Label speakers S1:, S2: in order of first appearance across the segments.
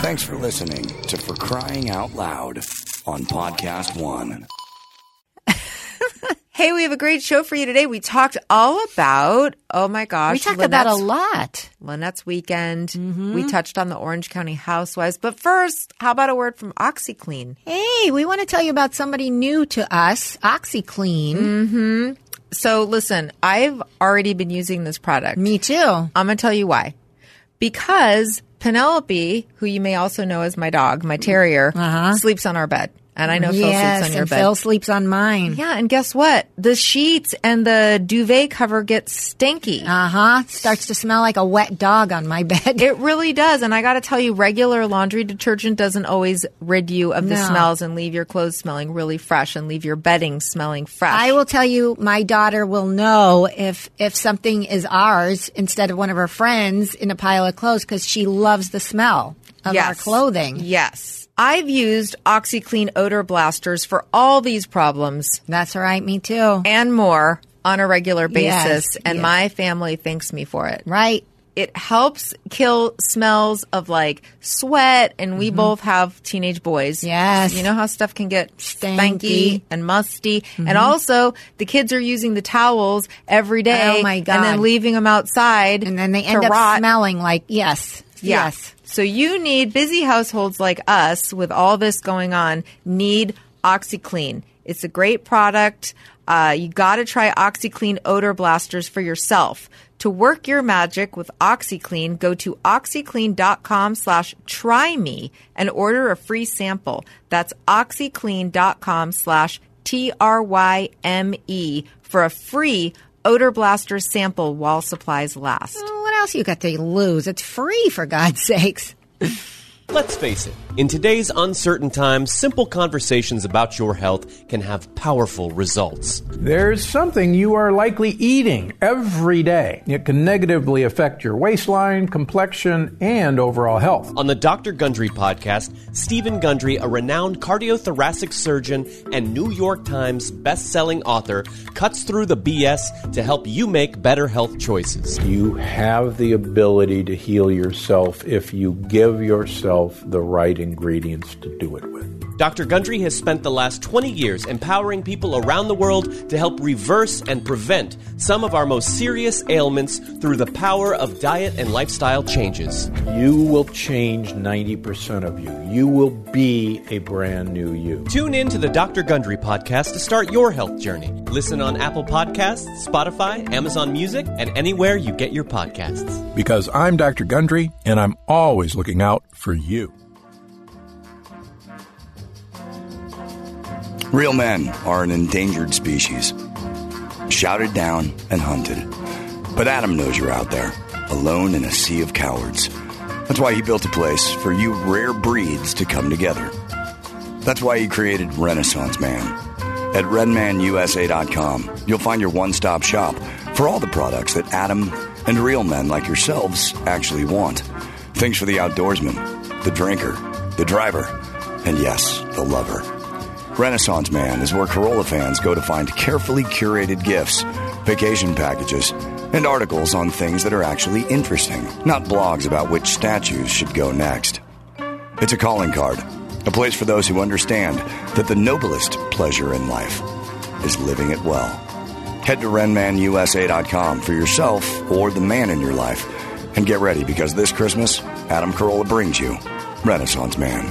S1: Thanks for listening to For Crying Out Loud on Podcast One.
S2: Hey, we have a great show for you today. We talked all about, oh my gosh.
S3: We talked about a Mm-hmm.
S2: Lynette's-
S3: lot.
S2: Lynette's weekend. We touched on the Orange County Housewives. But first, how about a word from OxyClean?
S3: Hey, we want to tell you about somebody new to us, OxyClean.
S2: Mm-hmm. So listen, I've already been using this product.
S3: Me too.
S2: I'm going to tell you why. Because Penelope, who you may also know as my dog, my terrier, sleeps on our bed. And I know Phil
S3: Mm. Uh-huh. yes,
S2: sleeps on your
S3: and
S2: bed.
S3: Phil sleeps on mine.
S2: yeah, and guess what? The sheets and the duvet cover get stinky.
S3: Uh huh. Starts to smell like a wet dog on my bed.
S2: It really does. And I got to tell you, regular laundry detergent doesn't always rid you of the
S3: No.
S2: smells and leave your clothes smelling really fresh and leave your bedding smelling fresh.
S3: I will tell you, my daughter will know if if something is ours instead of one of her friends in a pile of clothes because she loves the smell of our clothing.
S2: Yes. I've used OxyClean odor blasters for all these problems
S3: That's right. Me too.
S2: and more on a regular
S3: Yes,
S2: basis, and
S3: yes.
S2: my family thanks me for it.
S3: right.
S2: It helps kill smells of like sweat, and we both have teenage boys.
S3: Mm-hmm. Yes.
S2: You know how stuff can get
S3: Stanky. Mm-hmm.
S2: stanky, and musty. And also, the kids are using the towels every day.
S3: Oh, my
S2: And
S3: God.
S2: then leaving them outside.
S3: And then they
S2: to
S3: end up
S2: rot.
S3: smelling like yes,
S2: Yeah.
S3: yes.
S2: So you need busy households like us with all this going on need OxyClean. It's a great product. Uh, you got to try OxyClean odor blasters for yourself. To work your magic with OxyClean, go to OxyClean.com slash try me and order a free sample. That's OxyClean.com slash T-R-Y-M-E E for a free odor blaster sample while supplies last.
S3: What else you got to lose? It's free for God's sakes.
S4: Let's face it, in today's uncertain times, simple conversations about your health can have powerful results.
S5: There's something you are likely eating every day. It can negatively affect your waistline, complexion, and overall health.
S4: On the Dr. Gundry podcast, Stephen Gundry, a renowned cardiothoracic surgeon and New York Times best-selling author, cuts through the BS to help you make better health choices.
S5: You have the ability to heal yourself if you give yourself the right ingredients to do it with.
S4: Dr. Gundry has spent the last 20 years empowering people around the world to help reverse and prevent some of our most serious ailments through the power of diet and lifestyle changes.
S5: You will change 90% of you. You will be a brand new you.
S4: Tune in to the Dr. Gundry podcast to start your health journey. Listen on Apple Podcasts, Spotify, Amazon Music, and anywhere you get your podcasts.
S6: Because I'm Dr. Gundry, and I'm always looking out for you.
S1: Real men are an endangered species, shouted down and hunted. But Adam knows you're out there, alone in a sea of cowards. That's why he built a place for you rare breeds to come together. That's why he created Renaissance Man. At redmanusa.com, you'll find your one stop shop for all the products that Adam and real men like yourselves actually want. Things for the outdoorsman, the drinker, the driver, and yes, the lover. Renaissance Man is where Corolla fans go to find carefully curated gifts, vacation packages, and articles on things that are actually interesting, not blogs about which statues should go next. It's a calling card, a place for those who understand that the noblest pleasure in life is living it well. Head to renmanusa.com for yourself or the man in your life, and get ready because this Christmas, Adam Carolla brings you Renaissance Man.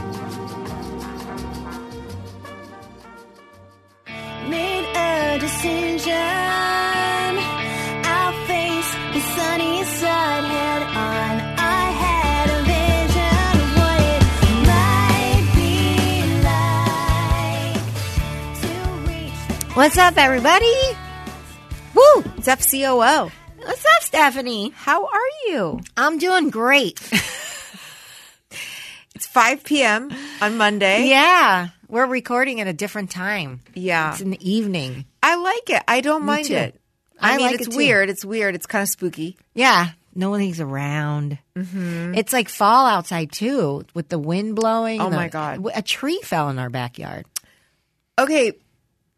S7: made a decision. I'll face the sunny side head on. I had a vision of what it might be like to reach.
S3: What's up, everybody?
S2: Woo! It's FCOO.
S3: What's up, Stephanie?
S2: How are you?
S3: I'm doing great.
S2: It's 5 p.m. on
S3: Eh?
S2: Monday.
S3: yeah, we're recording at a different time.
S2: Yeah.
S3: It's in the evening.
S2: I like it. I don't mind
S3: too.
S2: it. I,
S3: I
S2: mean,
S3: like
S2: it's
S3: it too.
S2: weird. It's weird. It's kind of spooky.
S3: Yeah, no one's around. It's like fall outside too, with the wind blowing.
S2: Oh
S3: and the-
S2: my God.
S3: A tree fell in our backyard.
S2: Okay.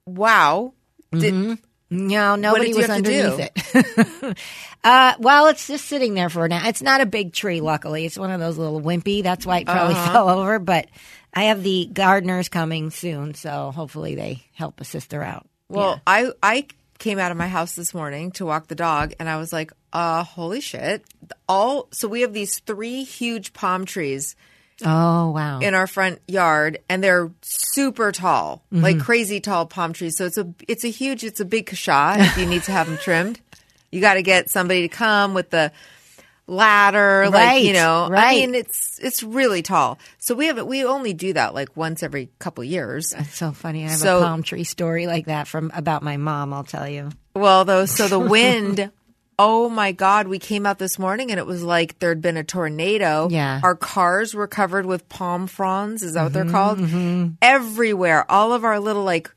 S2: Wow. Did,
S3: No, nobody
S2: you
S3: was
S2: have to do?
S3: underneath it. uh, well, it's just sitting there for now. It's not a big tree, luckily. It's one of those little wimpy. That's why it probably fell over. But I have the gardeners coming soon, so hopefully they help a sister out.
S2: Well, I I came out of my house this morning to walk the dog, and I was like, "Uh, holy shit!" All so we have these three huge palm trees
S3: Oh wow!
S2: in our front yard, and they're super tall, like
S3: Mm-hmm.
S2: crazy tall palm trees. So it's a it's a huge, it's a big kasha. If you need to have them trimmed, you got to get somebody to come with the ladder, like you
S3: Right,
S2: know. I
S3: right.
S2: mean, it's it's really tall. So we have we only do that like once every couple years.
S3: That's so funny. I have
S2: So-
S3: a palm tree story like that from about my mom. I'll tell you.
S2: Well, though, so the wind. Oh my God, we came out this morning and it was like there'd been a tornado.
S3: Yeah. Mm-hmm,
S2: Our cars were covered with palm fronds, is that what they're called? Everywhere. All of our little, like,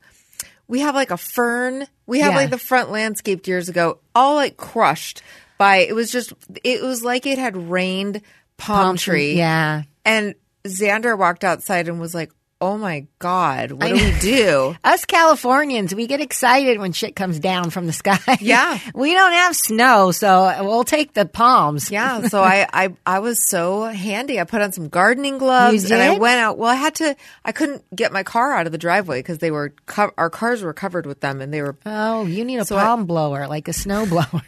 S2: we have like a fern. We have
S3: Yeah.
S2: like the front landscaped years ago, all like crushed by, it was just, it was like it had rained palm, tree.
S3: Yeah.
S2: And Xander walked outside and was like, oh my God, what do we do?
S3: Us Californians, we get excited when shit comes down from the sky.
S2: Yeah.
S3: we don't have snow, so we'll take the palms.
S2: Yeah, so I, I I was so handy. I put on some gardening gloves
S3: You
S2: and I
S3: did?
S2: went out. Well, I had to. I couldn't get my car out of the driveway because they were co- our cars were covered with them, and they were.
S3: Oh, you need a
S2: So I-
S3: palm blower, like a snow blower.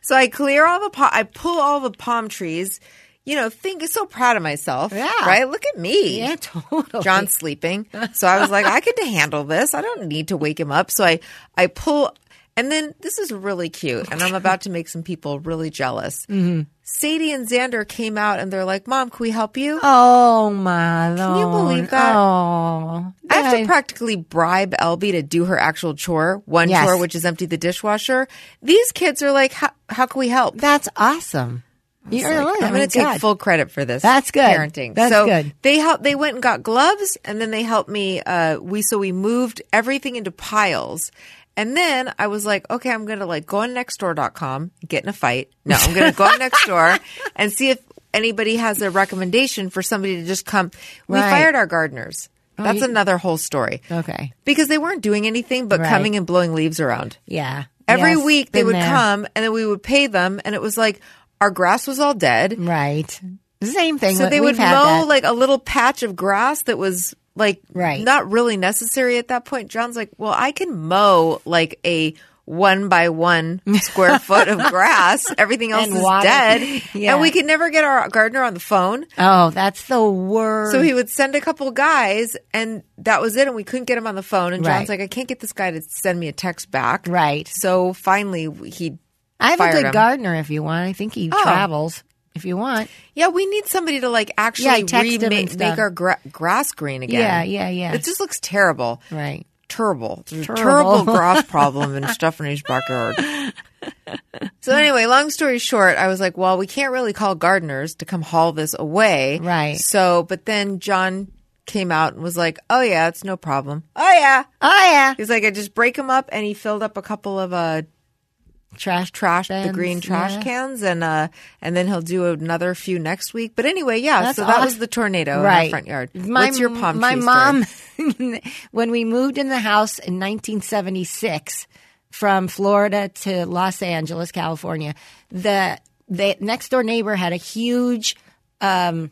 S2: So I clear all the pa- I pull all the palm trees. You know, think so proud of myself.
S3: Yeah.
S2: right. Look at me.
S3: yeah, totally.
S2: John's sleeping. So I was like, I can handle this. I don't need to wake him up. So I, I pull, and then this is really cute. And I'm about to make some people really jealous.
S3: Mm-hmm.
S2: Sadie and Xander came out and they're like, Mom, can we help you?
S3: Oh my lord!
S2: you believe that?
S3: Oh,
S2: I have to
S3: that-
S2: practically bribe Elby to do her actual chore, one
S3: Yes.
S2: chore, which is empty the dishwasher. These kids are like, How, how can we help?
S3: That's awesome. You're
S2: Like,
S3: like,
S2: I'm going to take full credit for this.
S3: oh That's good.
S2: Parenting.
S3: That's
S2: so
S3: good.
S2: they helped. They went and got gloves, and then they helped me. Uh, we so we moved everything into piles, and then I was like, okay, I'm going to like go on nextdoor.com, get in a fight. No, I'm going to go on nextdoor and see if anybody has a recommendation for somebody to just come. We
S3: Right. Oh,
S2: fired our gardeners. That's
S3: you-
S2: another whole story.
S3: Okay.
S2: Because they weren't doing anything but
S3: Right.
S2: coming and blowing leaves around.
S3: Yeah.
S2: Every
S3: Yes,
S2: week they
S3: been
S2: would
S3: there.
S2: come and then we would pay them and it was like our grass was all dead.
S3: Right. The same thing.
S2: So
S3: we-
S2: they
S3: we've
S2: would
S3: had
S2: mow
S3: that.
S2: like a little patch of grass that was like
S3: Right.
S2: not really necessary at that point. John's like, "Well, I can mow like a one by one square foot of grass. Everything else
S3: And
S2: is
S3: water.
S2: dead,
S3: Yeah.
S2: and we could never get our gardener on the phone.
S3: Oh, that's the word.
S2: So he would send a couple guys, and that was it. And we couldn't get him on the phone. And John's like,
S3: Right.
S2: I can't get this guy to send me a text back.
S3: Right.
S2: So finally, he.
S3: I have a
S2: fired
S3: good
S2: him.
S3: gardener if you want. I think he
S2: Oh.
S3: travels if you want.
S2: Yeah, we need somebody to like actually
S3: text him and
S2: remake,
S3: stuff.
S2: make our gra- grass green again.
S3: Yeah, yeah, yeah.
S2: It just looks terrible.
S3: Right.
S2: Terrible. There's a terrible
S3: Terrible.
S2: grass problem in Stephanie's backyard. So anyway, long story short, I was like, well, we can't really call gardeners to come haul this away.
S3: Right.
S2: So, but then John came out and was like, oh yeah, it's no problem. Oh yeah.
S3: Oh yeah.
S2: He's like, I just break them up, and he filled up a couple of uh,
S3: Trash
S2: trash, the
S3: bins,
S2: green trash
S3: yeah.
S2: cans, and uh, and then he'll do another few next week. But anyway, yeah.
S3: That's
S2: so that was
S3: awes-
S2: the tornado in our front yard.
S3: My,
S2: What's your palm
S3: My
S2: tree
S3: mom,
S2: story?
S3: when we moved in the house in 1976 from Florida to Los Angeles, California, the the next door neighbor had a huge. Um,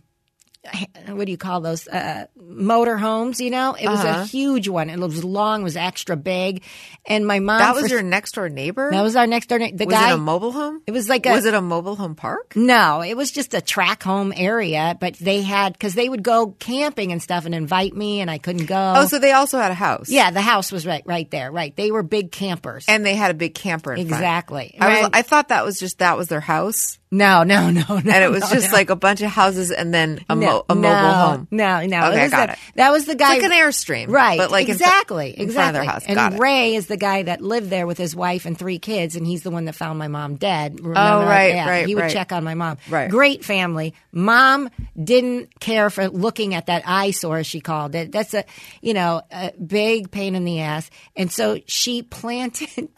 S3: what do you call those uh, motor homes? You know, it was
S2: Uh-huh.
S3: a huge one. It was long, was extra big, and my mom.
S2: That was
S3: for-
S2: your next door neighbor.
S3: That was our next door. neighbor. The
S2: Was
S3: guy
S2: it a mobile home?
S3: It was like a-
S2: was it a mobile home park?
S3: no, it was just a track home area, but they had because they would go camping and stuff and invite me, and I couldn't go.
S2: Oh, so they also had a house.
S3: yeah, the house was right right there. Right, they were big campers.
S2: and they had a big camper. In front.
S3: exactly.
S2: I was.
S3: Right.
S2: I thought that was just that was their house,
S3: no, no, no, no.
S2: and it was
S3: no,
S2: just
S3: no.
S2: like a bunch of houses and then a, mo-
S3: No,
S2: a mobile
S3: no,
S2: home.
S3: No, no.
S2: Okay, I
S3: was
S2: got
S3: the-
S2: it.
S3: That was the guy.
S2: like an Airstream,
S3: right?
S2: but like in fr-
S3: exactly,
S2: in
S3: exactly.
S2: front of their house.
S3: And
S2: Got it.
S3: Ray is the guy that lived there with his wife and three kids, and he's the one that found my mom dead. Remember?
S2: Oh, right,
S3: Yeah,
S2: right,
S3: He would
S2: right.
S3: check on my mom.
S2: Right.
S3: Great family. Mom didn't care for looking at that eyesore, as she called it. That's a you know a big pain in the ass, and so she planted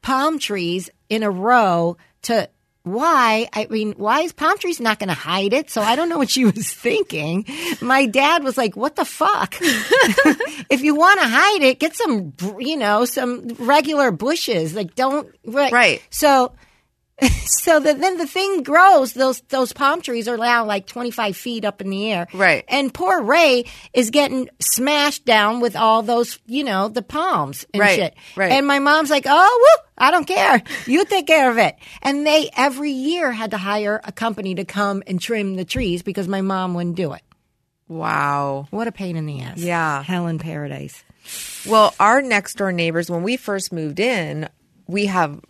S3: palm trees in a row to why? I mean, why is palm trees not going to hide it? So I don't know what she was thinking. My dad was like, "What the fuck? if you want to hide it, get some, you know, some regular bushes. Like, don't right."
S2: Right.
S3: So, so the, then the thing grows. Those those palm trees are now like twenty five feet up in the air.
S2: Right.
S3: And poor Ray is getting smashed down with all those, you know, the palms and
S2: Right,
S3: shit.
S2: right.
S3: And my mom's like, oh, woo, I don't care. You take care of it. And they every year had to hire a company to come and trim the trees because my mom wouldn't do it.
S2: Wow.
S3: What a pain in the ass.
S2: Yeah.
S3: Hell in paradise.
S2: Well, our next door neighbors, when we first moved in, we have.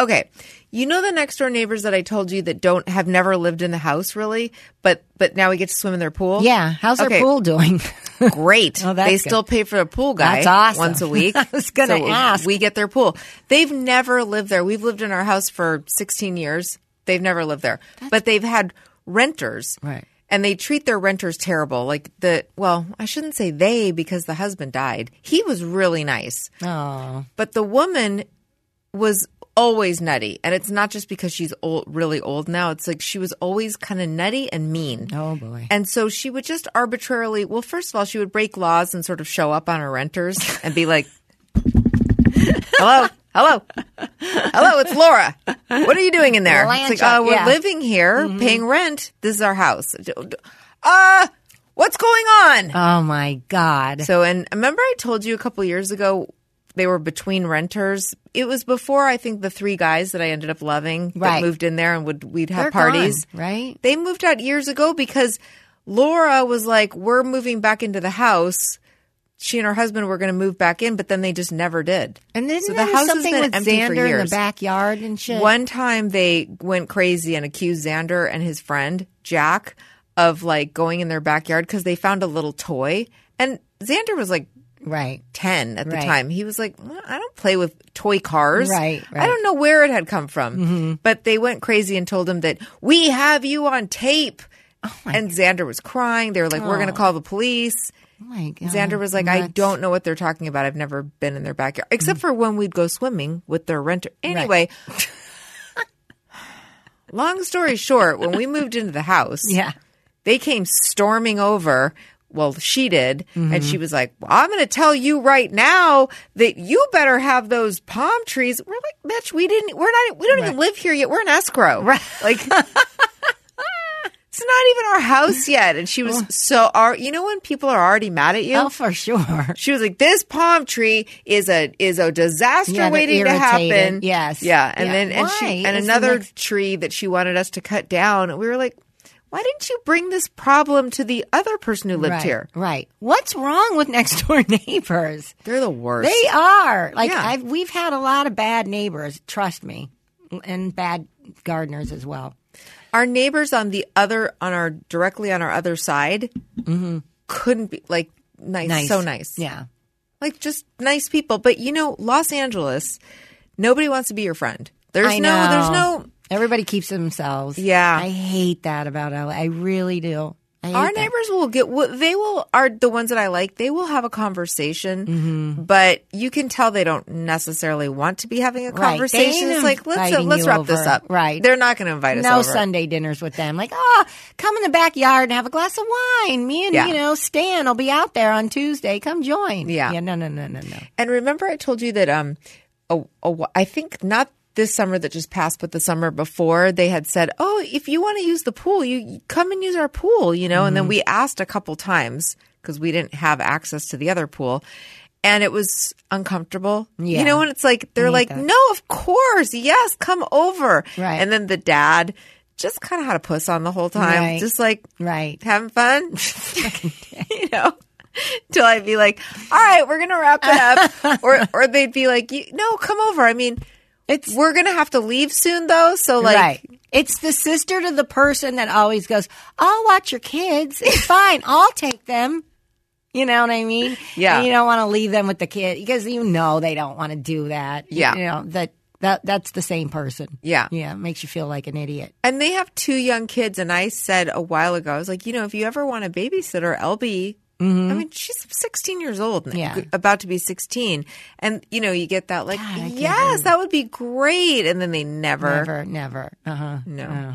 S2: Okay, you know the next door neighbors that I told you that don't have never lived in the house really, but but now we get to swim in their pool.
S3: Yeah. How's
S2: Okay.
S3: our pool doing?
S2: Great.
S3: Oh, that's
S2: they
S3: good.
S2: still pay for a pool guy
S3: That's awesome.
S2: once a week.
S3: I was gonna
S2: so
S3: ask.
S2: We get their pool. They've never lived there. We've lived in our house for 16 years. They've never lived there. but they've had renters.
S3: Right.
S2: And they treat their renters terrible. Like the well, I shouldn't say they because the husband died. He was really nice.
S3: oh.
S2: But the woman was always nutty. And it's not just because she's old, really old now. It's like she was always kind of nutty and mean.
S3: Oh, boy.
S2: And so she would just arbitrarily, well, first of all, she would break laws and sort of show up on her renters and be like, hello, hello, hello, it's Laura. What are you doing in there?
S3: Land
S2: it's like,
S3: check,
S2: uh, we're
S3: yeah.
S2: living here,
S3: Mm-hmm.
S2: paying rent. This is our house. Uh, what's going on?
S3: Oh, my God.
S2: So, and remember, I told you a couple years ago they were between renters. It was before I think the three guys that I ended up loving
S3: Right.
S2: that moved in there and would we'd have
S3: They're
S2: parties.
S3: gone, right?
S2: They moved out years ago because Laura was like, "We're moving back into the house." She and her husband were going to move back in, but then they just never did.
S3: And then
S2: so the
S3: there was
S2: house
S3: something
S2: has been
S3: with
S2: empty
S3: Xander
S2: for
S3: in
S2: years.
S3: the backyard and shit.
S2: One time they went crazy and accused Xander and his friend Jack of like going in their backyard because they found a little toy, and Xander was like
S3: right.
S2: 10 at the
S3: Right.
S2: time. He was like, "Well, I don't play with toy cars.
S3: Right,
S2: I
S3: right. Mm-hmm.
S2: don't know where it had come from. But they went crazy and told him that we have you on tape.
S3: Oh
S2: and Xander was crying. They were like, we're going to call the police.
S3: Oh, my God.
S2: Xander was like, I
S3: Nuts. Mm-hmm.
S2: don't know what they're talking about. I've never been in their backyard, except for when we'd go swimming with their renter. Anyway, long story short, when we moved into the house,
S3: Yeah.
S2: they came storming over. Well, she did. And she was like, well, I'm going to tell you right now that you better have those palm trees. We're like, bitch, we didn't, we're not, we don't even live here yet. We're an escrow. Right. Like, it's not even our house yet. And she was so, ar- you know, when people are already mad at you?
S3: Oh, for sure.
S2: She was like, "This palm tree is a is a disaster
S3: Yeah, they're
S2: waiting to
S3: irritated.
S2: happen."
S3: Yes.
S2: yeah, and
S3: Yeah.
S2: then and
S3: Why
S2: she and
S3: is the
S2: another
S3: next-
S2: tree that she wanted us to cut down. We were like, "Why didn't you bring this problem to the other person who lived
S3: right,
S2: here?"
S3: Right. What's wrong with next door neighbors?
S2: They're the worst.
S3: They are. Like
S2: Yeah.
S3: I've we've had a lot of bad neighbors, trust me. And bad gardeners as well.
S2: our neighbors on the other on our directly on our other side couldn't be like nice,
S3: Mm-hmm. Nice.
S2: so nice,
S3: Yeah.
S2: like just nice people. But you know, Los Angeles, nobody wants to be your friend. There's
S3: I
S2: no,
S3: know.
S2: there's no.
S3: Everybody keeps to themselves.
S2: Yeah.
S3: I hate that about LA. I really do. I hate
S2: our
S3: that.
S2: neighbors will get will- they will are the ones that i like they will have a conversation
S3: Mm-hmm.
S2: but you can tell they don't necessarily want to be having a
S3: Right. They
S2: conversation
S3: ain't
S2: it's like let's
S3: inviting
S2: let's
S3: you
S2: wrap this
S3: over.
S2: up
S3: Right.
S2: they're not going to invite us
S3: no
S2: over.
S3: Sunday dinners with them. Like, oh, come in the backyard and have a glass of wine. Me and
S2: Yeah.
S3: you know Stan will be out there on Tuesday. Come join.
S2: Yeah.
S3: yeah. No, no, no, no, no.
S2: and remember i told you that um a, a wh- i think not this summer that just passed but the summer before they had said oh if you want to use the pool you you come and use our pool you know and then
S3: Mm-hmm.
S2: we asked a couple times because we didn't have access to the other pool and it was uncomfortable
S3: Yeah.
S2: you know and it's like they're like no of course yes come over
S3: Right.
S2: and then the dad just kind of had a puss on the whole time
S3: Right.
S2: just like
S3: Right.
S2: having fun, you know. Till I'd be like, "All right, we're gonna wrap it up," or or they'd be like, "You- "No, come over." I mean, it's we're gonna have to leave soon though, so like,
S3: right. It's the sister to the person that always goes, I'll watch your kids. It's fine. I'll take them. You know what I mean?
S2: Yeah.
S3: And you don't want to leave them with the kid because you know they don't want to do that. You-
S2: Yeah.
S3: You know, that, that that's the same person.
S2: Yeah.
S3: Yeah. It makes you feel like an idiot.
S2: And they have two young kids, and I said a while ago, I was like, you know, if you ever want a babysitter, LB I mean, she's 16 years old, now,
S3: Mm-hmm. Yeah.
S2: about to be 16, and you know, you get that like,
S3: I can't
S2: yes, that would be great, and then they
S3: Never, never. Oh. Uh huh.
S2: No.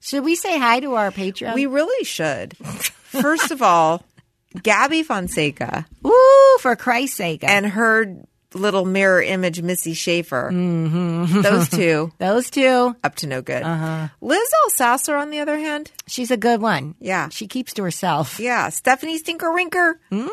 S3: Should we say hi to our Patreon?
S2: We really should. First of all, Gabby Fonseca
S3: Ooh, for Christ's sake.
S2: and her little mirror image, Missy Schaefer.
S3: Mm-hmm.
S2: Those two,
S3: those two,
S2: up to no good.
S3: Uh-huh.
S2: Liz Alsasser, on the other hand,
S3: she's a good one.
S2: Yeah.
S3: She keeps to herself.
S2: yeah, Stephanie Stinkerwinker. Mm.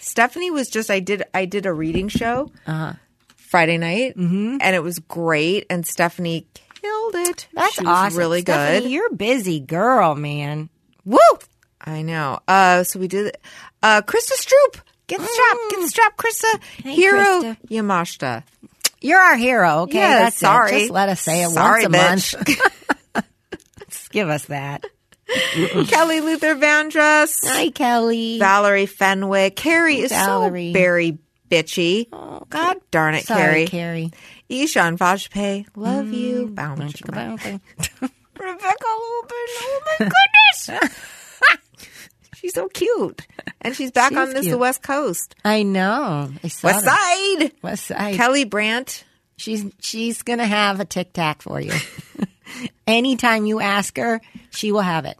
S2: Stephanie was just I did I did a reading show
S3: Uh-huh.
S2: Friday night,
S3: Mm-hmm.
S2: and it was great. And Stephanie killed it.
S3: That's
S2: she was
S3: awesome.
S2: Really
S3: Stephanie,
S2: good.
S3: You're a busy girl, man. Woo!
S2: I know. Uh, so we did. Uh, Krista Stroop, get the strap, get the strap, Krista. Hero
S3: Mm. Krista.
S2: Yamashita.
S3: You're our hero. Okay,
S2: Yeah,
S3: that's it.
S2: sorry.
S3: Just let us say it
S2: Sorry,
S3: once a month. Just give us that.
S2: Kelly Luther Vandross,
S3: Hi, Kelly.
S2: Valerie Fenwick. Carrie is so
S3: Valerie.
S2: very bitchy. God darn it,
S3: Oh, Sorry,
S2: Oh, Carrie.
S3: Carrie.
S2: Ishan Vajpayee, love you. Bow, chicka, bow.
S3: Okay.
S2: Rebecca Lubin, oh my goodness. she's so cute. And she's back
S3: She's
S2: on this
S3: cute.
S2: the West Coast.
S3: I know. I saw
S2: West
S3: that.
S2: Side.
S3: West Side.
S2: Kelly Brandt.
S3: She's she's gonna have a tic tac for you. Anytime you ask her, she will have it.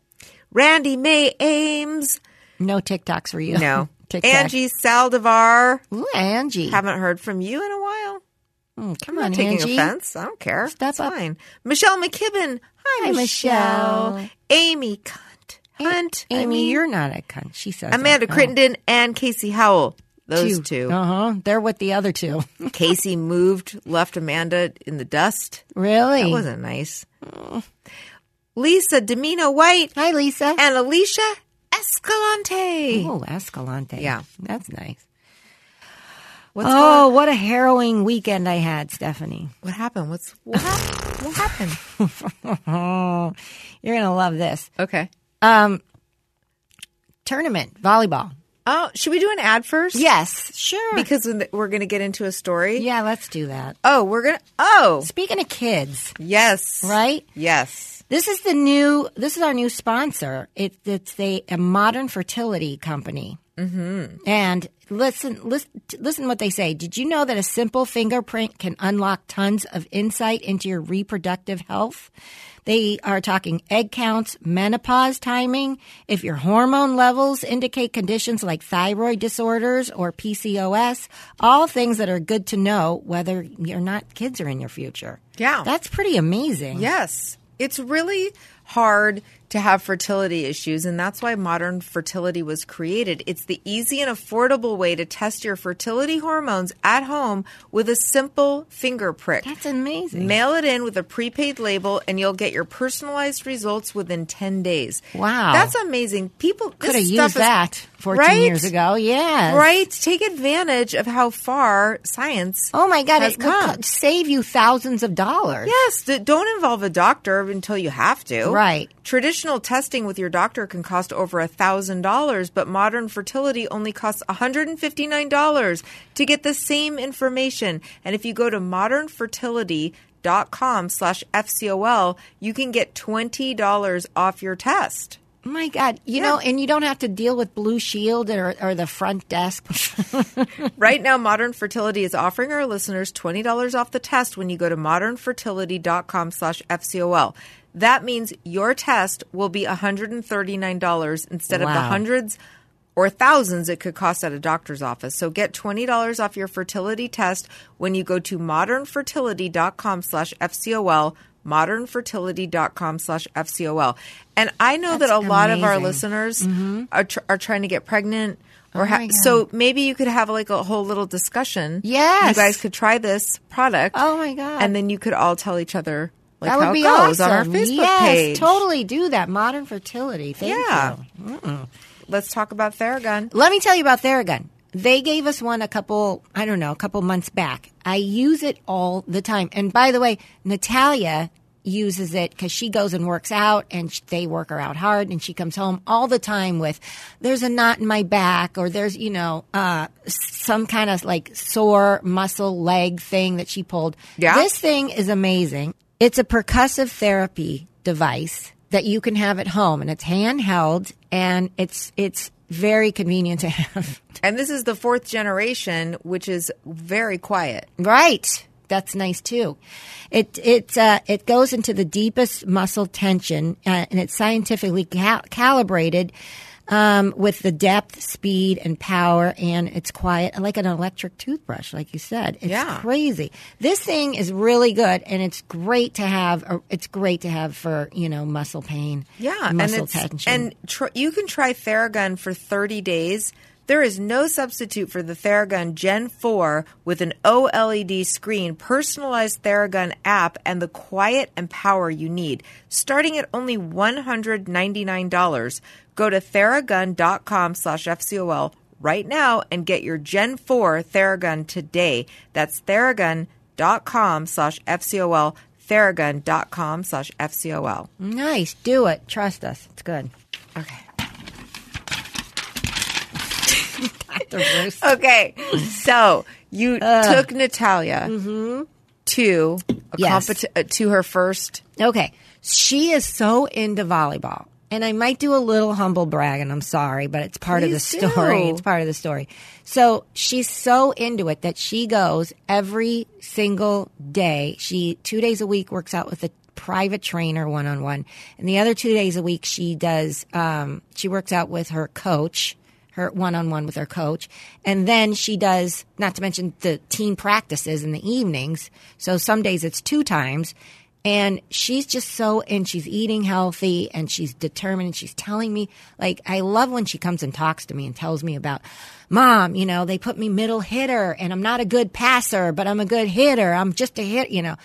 S2: Randy May Ames.
S3: No TikToks for you.
S2: No.
S3: tic tac.
S2: Angie Saldivar.
S3: Ooh, Angie.
S2: Haven't heard from you in a while.
S3: Mm, come
S2: I'm not
S3: on,
S2: taking
S3: Angie.
S2: offense. I don't care.
S3: Step
S2: it's
S3: up.
S2: fine. Michelle McKibben. Hi,
S3: Hi,
S2: Michelle.
S3: Michelle.
S2: Amy Cunt. Hunt.
S3: Amy,
S2: I mean,
S3: you're not a cunt. She says
S2: Amanda
S3: that. Oh,
S2: Crittenden and Casey Howell. Those two.
S3: Uh huh. They're with the other two.
S2: Casey moved, left Amanda in the dust.
S3: really?
S2: That wasn't nice.
S3: Oh.
S2: Lisa Domino White
S3: Hi, Lisa.
S2: and Alicia Escalante.
S3: Oh, Escalante.
S2: Yeah.
S3: that's nice.
S2: What's going
S3: oh, what a harrowing weekend I had, Stephanie.
S2: What happened? What's what, hap- what happened?
S3: Oh, you're gonna love this
S2: Okay.
S3: um, tournament volleyball.
S2: Oh, should we do an ad first?
S3: Yes, sure.
S2: Because when the- we're going to get into a story.
S3: yeah, let's do that.
S2: Oh, we're going to. Oh,
S3: Speaking of kids,
S2: yes.
S3: right?
S2: Yes.
S3: This is the new. This is our new sponsor. It, it's a, a modern fertility company. Mm-hmm. And listen, listen, listen what they say. Did you know that a simple fingerprint can unlock tons of insight into your reproductive health? They are talking egg counts, menopause timing. If your hormone levels indicate conditions like thyroid disorders or PCOS, all things that are good to know whether you're not kids are in your future.
S2: Yeah.
S3: That's pretty amazing.
S2: Yes. It's really hard to have fertility issues, and that's why modern fertility was created. It's the easy and affordable way to test your fertility hormones at home with a simple finger prick.
S3: That's amazing.
S2: Mail it in with a prepaid label, and you'll get your personalized results within ten days.
S3: Wow.
S2: that's amazing! People this
S3: Could have
S2: stuff
S3: used
S2: is-
S3: that 14
S2: Right?
S3: years ago. Yes.
S2: Right? Take advantage of how far science.
S3: Oh my God.
S2: has
S3: It could
S2: come.
S3: co- save you thousands of dollars.
S2: Yes, d- don't involve a doctor until you have to.
S3: Right.
S2: Traditional testing with your doctor can cost over a thousand dollars, but modern fertility only costs one hundred and fifty nine dollars to get the same information. And if you go to modernfertility.com slash fcol, you can get twenty dollars off your test.
S3: Oh my God. You know, and you don't have to deal with Blue Shield or, or the front desk.
S2: Right now, Modern Fertility is offering our listeners $20 off the test when you go to modernfertility.com slash FCOL. That means your test will be $139 instead of the
S3: Wow.
S2: hundreds or thousands it could cost at a doctor's office. So get $20 off your fertility test when you go to modernfertility.com slash FCOL, modernfertility.com slash FCOL. And I know that a lot of our
S3: amazing.
S2: listeners are, tr- are trying to get pregnant or ha-
S3: Mm-hmm. Oh my God.
S2: so maybe you could have like a whole little discussion.
S3: Yes.
S2: you guys could try this product.
S3: Oh, my God.
S2: And then you could all tell each other like how
S3: that would
S2: it
S3: be
S2: goes
S3: awesome.
S2: on our Facebook
S3: yes,
S2: page.
S3: totally do that. Modern fertility. Thank
S2: Yeah.
S3: you.
S2: Let's talk about Theragun.
S3: Let me tell you about Theragun. They gave us one a couple, I don't know, a couple months back. I use it all the time. And by the way, Natalia uses it because she goes and works out and sh- they work her out hard and she comes home all the time with there's a knot in my back or there's, you know, uh, s- some kind of like sore muscle leg thing that she pulled.
S2: Yeah.
S3: This thing is amazing. It's a percussive therapy device that you can have at home and it's handheld and it's it's very convenient to have.
S2: And this is the fourth generation, which is very quiet.
S3: Right. That's nice too. It it uh, it goes into the deepest muscle tension, uh, and it's scientifically cal- calibrated um, with the depth, speed, and power, and it's quiet like an electric toothbrush, like you said. It's
S2: Yeah.
S3: crazy. This thing is really good, and it's great to have. uh, It's great to have for you know muscle pain.
S2: Yeah,
S3: muscle
S2: and it's,
S3: tension.
S2: And tr- you can try Theragun for 30 days. There is no substitute for the Theragun Gen 4 with an OLED screen, personalized Theragun app, and the quiet and power you need. Starting at only $199, go to theragun.com slash FCOL right now and get your Gen 4 Theragun today. That's theragun.com slash FCOL, theragun.com slash FCOL.
S3: nice, do it. Trust us. It's good.
S2: Okay.
S3: The roast.
S2: Okay, so you
S3: Uh.
S2: took Natalia to a
S3: Mm-hmm. Yes.
S2: competi- uh to her first.
S3: Okay. She is so into volleyball. And I might do a little humble brag, and I'm sorry, but it's part
S2: Please
S3: of the story.
S2: do.
S3: It's part of the story. So she's so into it that she goes every single day. She two days a week works out with a private trainer one on one, and the other two days a week she does. Um, she works out with her coach, her one on one with her coach. And then she does, not to mention the team practices in the evenings. So some days it's two times. And she's just so, and she's eating healthy and she's determined. And she's telling me, like, I love when she comes and talks to me and tells me about, mom, you know, they put me middle hitter and I'm not a good passer, but I'm a good hitter. I'm just a hit, you know.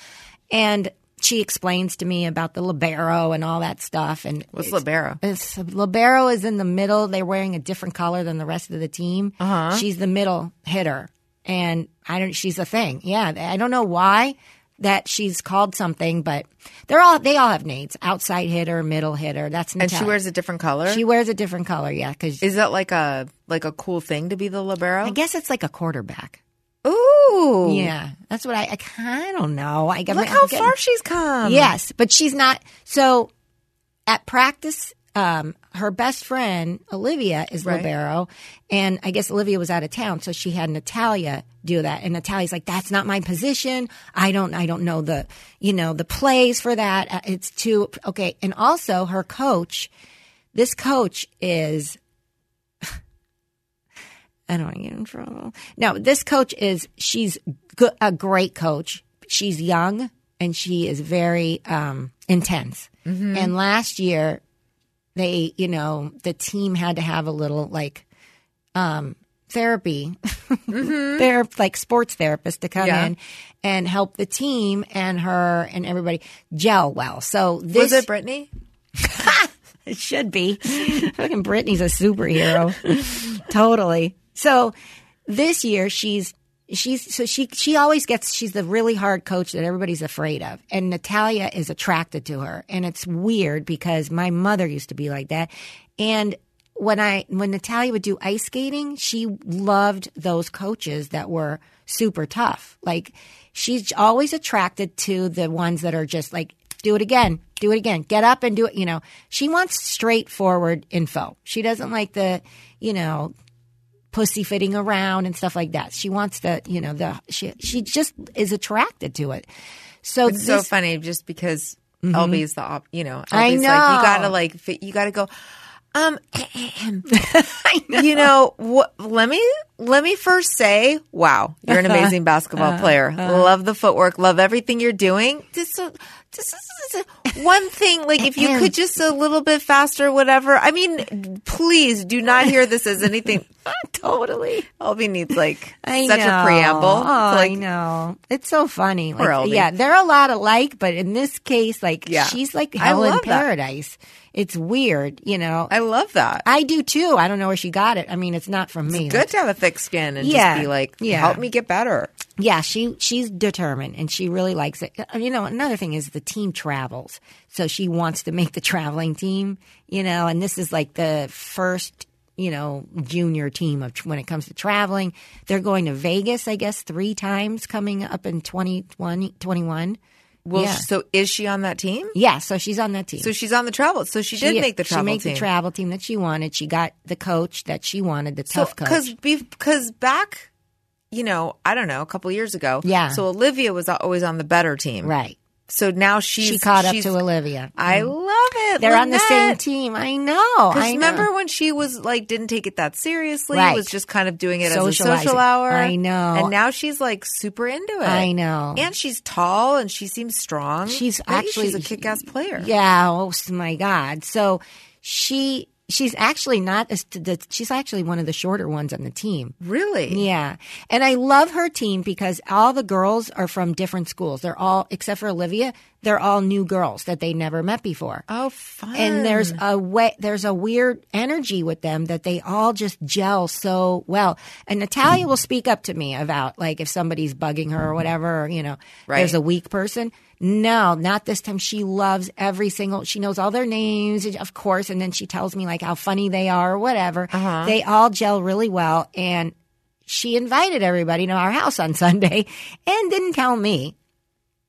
S3: And she explains to me about the libero and all that stuff. And
S2: What's
S3: it's-
S2: libero?
S3: it's libero is in the middle. They're wearing a different color than the rest of the team. Uh-huh. She's the middle hitter, and I don't. She's a thing. Yeah, I don't know why that she's called something, but they're all they all have names. Outside hitter, middle hitter. That's
S2: And
S3: Natalia.
S2: she wears a different color.
S3: she wears a different color. Yeah, because
S2: Is that like a like a cool thing to be the libero?
S3: I guess it's like a quarterback.
S2: Ooh,
S3: Yeah, that's what I. I, ki- I don't know. I got
S2: Look
S3: my-
S2: how
S3: I'm getting-
S2: far she's come.
S3: Yes, but she's not. So at practice, um, her best friend Olivia is
S2: Right.
S3: libero, and I guess Olivia was out of town, so she had Natalia do that. And Natalia's like, "That's not my position. I don't. I don't know the you know the plays for that. Uh, It's too okay." And also her coach, this coach is. I don't want to get in trouble. No, this coach is she's go- a great coach. She's young and she is very um, intense.
S2: Mm-hmm.
S3: And last year, they you know the team had to have a little like um, therapy, Thera- like sports therapist to come
S2: Mm-hmm. Yeah.
S3: in and help the team and her and everybody gel well. So
S2: Was
S3: this
S2: it Brittany?
S3: it should be. Fucking Britney's a superhero. totally. So this year she's she's so she she always gets she's the really hard coach that everybody's afraid of. And Natalia is attracted to her. And it's weird because my mother used to be like that. And when I when Natalia would do ice skating, she loved those coaches that were super tough. Like she's always attracted to the ones that are just like do it again, do it again, get up and do it. You know, she wants straightforward info. She doesn't like the you know pussyfooting around and stuff like that. She wants the you know the she she just is attracted to it. So
S2: It's
S3: this, Mm-hmm.
S2: so funny just because LB is the op, you know. LB's
S3: I
S2: Like, you gotta
S3: know.
S2: like fit, you gotta go. Um, you know what? Let me let me first say, wow, you're an amazing basketball
S3: Uh-huh.
S2: player. love the footwork. Love everything you're doing. Just, a, just, a- just a- one thing. Like if you could just a little bit faster, whatever. I mean, please do not hear this as anything.
S3: totally.
S2: LB needs like
S3: I
S2: such
S3: know.
S2: a preamble.
S3: Oh,
S2: It's like,
S3: I know. It's so funny.
S2: Poor
S3: Like,
S2: Albie.
S3: yeah, they're a lot alike, but in this case, like
S2: Yeah.
S3: she's like
S2: I
S3: hell in
S2: love that.
S3: paradise. It's weird, you know.
S2: I love that.
S3: I do too. I don't know where she got it. I mean, it's not from me.
S2: Good to have a thick skin and
S3: Yeah.
S2: just be like,
S3: Yeah.
S2: help me get better.
S3: Yeah, she she's determined and she really likes it. Uh, You know, another thing is the team travels, so she wants to make the traveling team. You know, and this is like the first you know junior team of when it comes to traveling. They're going to Vegas, I guess, three times coming up in 2021.
S2: Well,
S3: Yeah.
S2: so is she on that team?
S3: Yeah, so she's on that team.
S2: So she's on the travel. So she, did make the travel
S3: She made
S2: team.
S3: the travel team that she wanted. She got the coach that she wanted, the tough coach.
S2: because because back, you know, I don't know, a couple years ago.
S3: Yeah.
S2: So Olivia was always on the better team,
S3: right.
S2: So now she's
S3: She caught up
S2: she's-
S3: to Olivia. Mm.
S2: I love it.
S3: They're on the same
S2: Lynette.
S3: team. I know. I
S2: Because
S3: know.
S2: remember when she was like didn't take it that seriously,
S3: Right.
S2: was just kind of doing it as a
S3: Socializing.
S2: social hour.
S3: I know.
S2: And now she's like super into it.
S3: I know.
S2: And she's tall and she seems strong.
S3: Um, She's
S2: Maybe
S3: actually
S2: she's a kick ass player.
S3: Yeah. Oh s- my God. So she she's actually not as t- the, she's actually one of the shorter ones on the team.
S2: Really?
S3: Yeah. And I love her team because all the girls are from different schools. They're all except for Olivia, they're all new girls that they never met before.
S2: Oh fun.
S3: and there's a way, there's a weird energy with them that they all just gel so well. And Natalia will speak up to me about like if somebody's bugging her or whatever, or, you know,
S2: Right.
S3: there's a weak person. No, not this time. She loves every single. She knows all their names, of course, and then she tells me like how funny they are or whatever.
S2: Uh-huh.
S3: They all gel really well, and she invited everybody to our house on Sunday, and didn't tell me.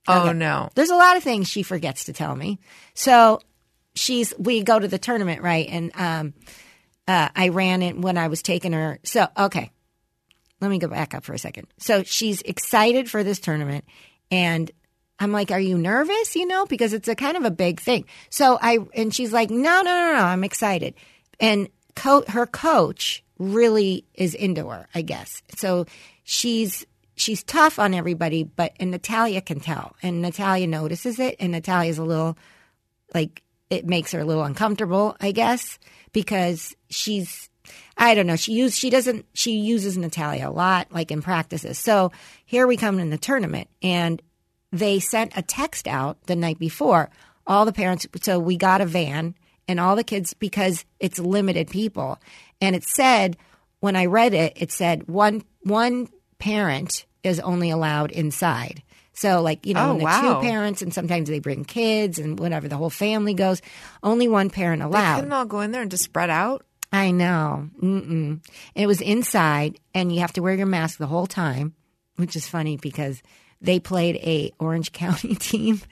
S2: Oh no.
S3: There's a lot of things she forgets to tell me. So she's we go to the tournament, right? And um uh I ran it when I was taking her. So okay. Let me go back up for a second. So she's excited for this tournament and I'm like, "Are you nervous?" you know, because it's a kind of a big thing. So I and she's like, "No, no, no, no, I'm excited." And co- her coach really is into her, I guess. So she's she's tough on everybody, but and Natalia can tell, and Natalia notices it, and Natalia's a little like it makes her a little uncomfortable, I guess, because she's I don't know. She use she doesn't she uses Natalia a lot, like in practices. So here we come in the tournament, and they sent a text out the night before. All the parents, so we got a van and all the kids because it's limited people, and it said when I read it, it said one one parent is only allowed inside. So like you know,
S2: Oh,
S3: when the
S2: wow.
S3: two parents and sometimes they bring kids and whatever the whole family goes, only one parent
S2: They
S3: allowed.
S2: couldn't all go in there and just spread out.
S3: I know. Mm-mm. It was inside, and you have to wear your mask the whole time, which is funny because they played a Orange County team,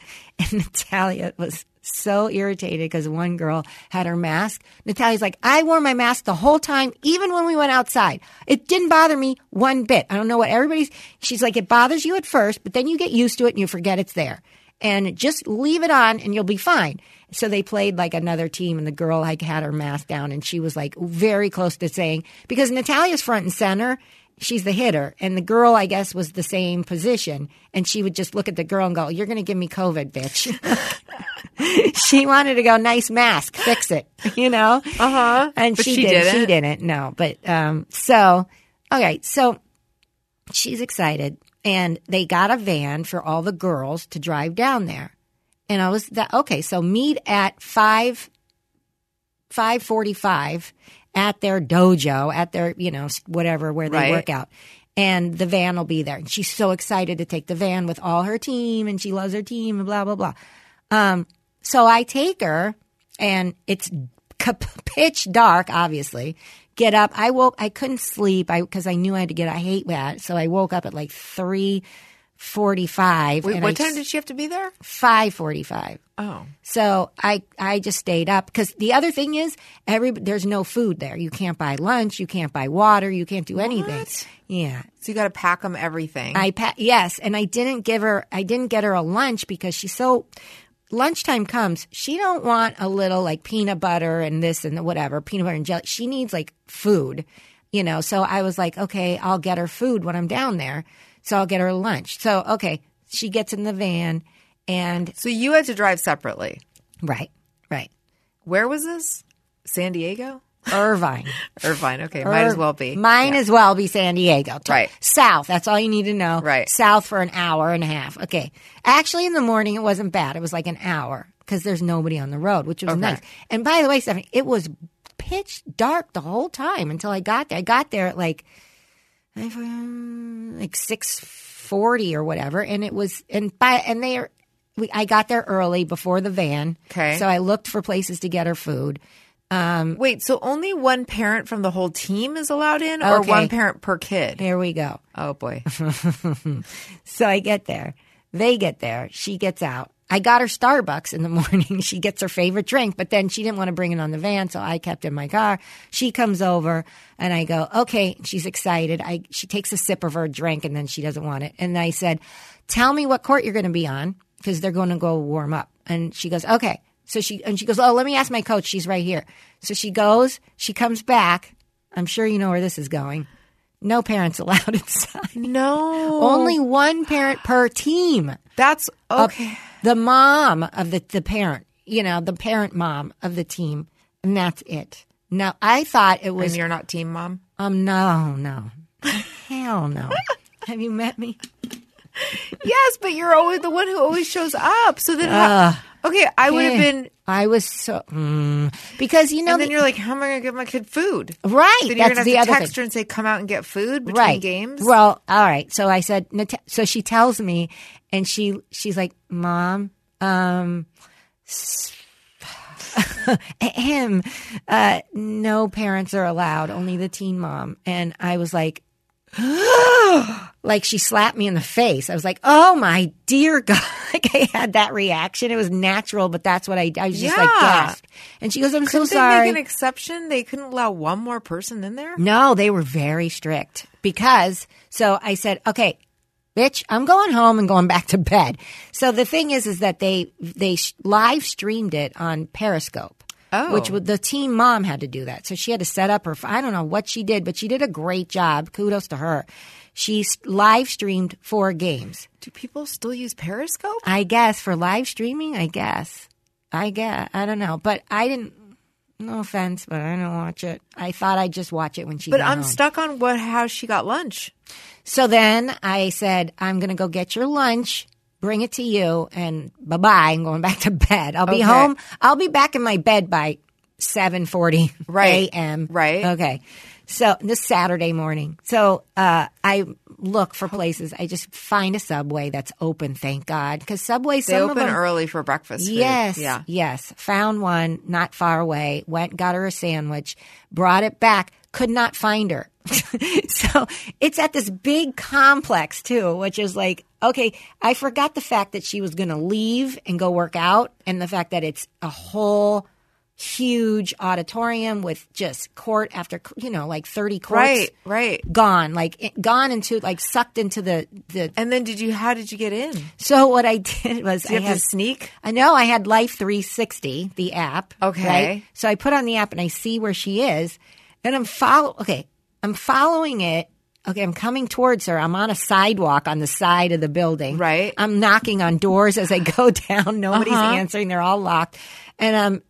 S3: and Natalia was so irritated because one girl had her mask. Natalia's like, I wore my mask the whole time, even when we went outside. It didn't bother me one bit. I don't know what everybody's. She's like, it bothers you at first, but then you get used to it and you forget it's there and just leave it on and you'll be fine. So they played like another team and the girl like had her mask down and she was like very close to saying because Natalia's front and center, she's the hitter and the girl I guess was the same position and she would just look at the girl and go, "You're going to give me covid, bitch." she wanted to go, "Nice mask, fix it." You know? Uh-huh. And
S2: But
S3: she,
S2: she
S3: did.
S2: didn't.
S3: She didn't. No, but um so okay, so she's excited and they got a van for all the girls to drive down there and i was that okay so meet at 5 545 at their dojo at their you know s- whatever where they
S2: Right.
S3: work out and the van will be there and she's so excited to take the van with all her team and she loves her team and blah blah blah um, so i take her and it's c- pitch dark obviously get up i woke i couldn't sleep i because i knew i had to get i hate that so i woke up at like 3.45
S2: Wait,
S3: and
S2: what
S3: I
S2: time did she have to be there?
S3: 5.45
S2: Oh.
S3: so I I just stayed up because the other thing is every there's no food there. You can't buy lunch. You can't buy water. You can't do anything. Yeah,
S2: So you got to pack them everything.
S3: I pa- yes, and I didn't give her I didn't get her a lunch because she's so lunchtime comes she don't want a little like peanut butter and this and whatever peanut butter and jelly. She needs like food, you know. So I was like, okay, I'll get her food when I'm down there. So I'll get her lunch. So okay, she gets in the van and
S2: so you had to drive separately.
S3: right, right,
S2: Where was this? San Diego?
S3: Irvine.
S2: Irvine. Okay. Might
S3: Er,
S2: as well be.
S3: Mine as well be San Diego. T-
S2: Right.
S3: South. That's all you need to know.
S2: Right.
S3: South for an hour and a half. Okay. Actually, in the morning, it wasn't bad. It was like an hour because there's nobody on the road, which was nice. And by the way, Stephanie, it was pitch dark the whole time until I got there. I got there at like I forgot, like six forty or whatever, and it was and by and they are. We, I got there early before the van.
S2: Okay.
S3: So I looked for places to get her food.
S2: Wait, so only one parent from the whole team is allowed in or
S3: Okay.
S2: one parent per kid?
S3: Here we go.
S2: Oh boy.
S3: So I get there. They get there. She gets out. I got her Starbucks in the morning. she gets her favorite drink, but then she didn't want to bring it on the van, so I kept it in my car. She comes over and I go, okay. She's excited. I, she takes a sip of her drink and then she doesn't want it. And I said, tell me what court you're going to be on because they're going to go warm up. And she goes, okay. So she, and she goes, oh, let me ask my coach. She's right here. So she goes, she comes back. I'm sure you know where this is going. No parents allowed inside.
S2: No.
S3: Only one parent per team.
S2: That's
S3: Up-
S2: okay.
S3: The mom of the, the parent, you know, the parent mom of the team. And that's it. Now, I thought it
S2: When
S3: was,
S2: you're not team mom.
S3: um, no, no. Hell no. Have you met me?
S2: Yes, but you're always the one who always shows up. So then,
S3: Uh,
S2: how, okay, I would have
S3: Eh,
S2: been.
S3: I was so, mm, because, you know,
S2: And then
S3: the-
S2: you're like, how am I going to give my kid food?
S3: right.
S2: Then you're
S3: that's
S2: going to
S3: the
S2: have to
S3: other thing.
S2: text her and say, come out and get food between
S3: right.
S2: games.
S3: Well, all right. So I said, Nat- so she tells me, and she she's like, "Mom, um, s- ahem, uh, no parents are allowed, only the teen mom." And I was like, like she slapped me in the face. I was like, "Oh my dear God!" Like I had that reaction. It was natural, but that's what I. I was just like
S2: Yeah.
S3: gasped. And she goes, "I'm so
S2: Couldn't
S3: sorry."
S2: they make an exception? They couldn't allow one more person in there?
S3: No, they were very strict because so I said, "Okay, bitch, I'm going home and going back to bed." So the thing is is that they they sh- live streamed it on Periscope.
S2: Oh.
S3: Which would- the team mom had to do that. So she had to set up her I don't know what she did, but she did a great job. Kudos to her. She s- live streamed four games.
S2: Do people still use Periscope?
S3: I guess for live streaming, I guess. I guess. I don't know, but I didn't no offense, but I didn't watch it. I thought I'd just watch it when she
S2: But
S3: got
S2: I'm
S3: home.
S2: stuck on what how she got lunch.
S3: So then I said, I'm going to go get your lunch, bring it to you, and bye bye. I'm going back to bed. I'll be
S2: Okay.
S3: home. I'll be back in my bed by 7:40
S2: Right.
S3: a.m.
S2: Right.
S3: Okay. So this Saturday morning. So uh, I look for places. I just find a Subway that's open. Thank God, because Subway
S2: They
S3: some of
S2: open
S3: them-
S2: early for breakfast. food.
S3: Yes.
S2: Yeah.
S3: Yes. Found one not far away, went, got her a sandwich, brought it back, could not find her. so it's at this big complex too, which is like, okay, I forgot the fact that she was going to leave and go work out and the fact that it's a whole huge auditorium with just court after, you know, like 30 courts.
S2: Right. Right.
S3: Gone, like it- gone into, like sucked into the, the.
S2: And then did you? How did you get in? Did
S3: So what I did was
S2: you
S3: I
S2: have
S3: had
S2: to sneak?
S3: I know I had Life 360, the app.
S2: Okay.
S3: right? So I put on the app and I see where she is, and I'm follow. Okay, I'm following it. Okay, I'm coming towards her. I'm on a sidewalk on the side of the building.
S2: Right. Uh-huh.
S3: I'm knocking on doors as I go down. Nobody's answering. They're all locked, and um,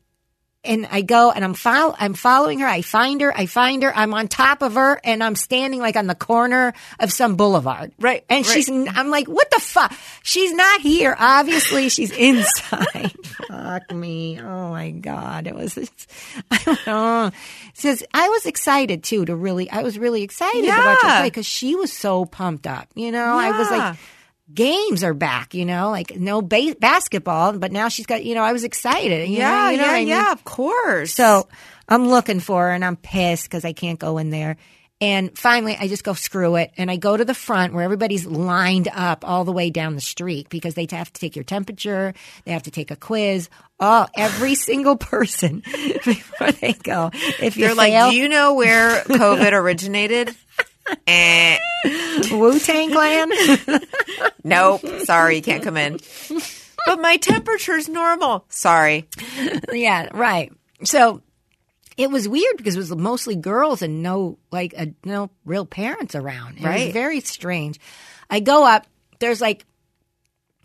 S3: and I go and I'm follow. I'm following her. I find her. I find her. I'm on top of her, and I'm standing like on the corner of some boulevard.
S2: Right,
S3: And
S2: right.
S3: she's. n- I'm like, what the fuck? She's not here. Obviously, she's inside. fuck me. Oh my god. It was. It's, I don't know. Says I was excited too. To really, I was really excited about your
S2: Yeah.
S3: play because she was so pumped up. You know, I was
S2: Yeah.
S3: like. Games are back, you know, like no ba- basketball, but now she's got, you know, I was excited. you know,
S2: yeah.
S3: you know
S2: yeah.
S3: what I mean?
S2: yeah. Of course.
S3: So I'm looking for her and I'm pissed because I can't go in there. And finally, I just go screw it. And I go to the front where everybody's lined up all the way down the street because they have to take your temperature. They have to take a quiz. Oh, every single person before they go. If you
S2: they're like, do you know where COVID originated? eh,
S3: Wu Tang Clan.
S2: nope. Sorry, you can't come in. But my temperature's normal. Sorry.
S3: yeah, right. So it was weird because it was mostly girls and no like uh no real parents around. It was
S2: Right.
S3: very strange. I go up. There's like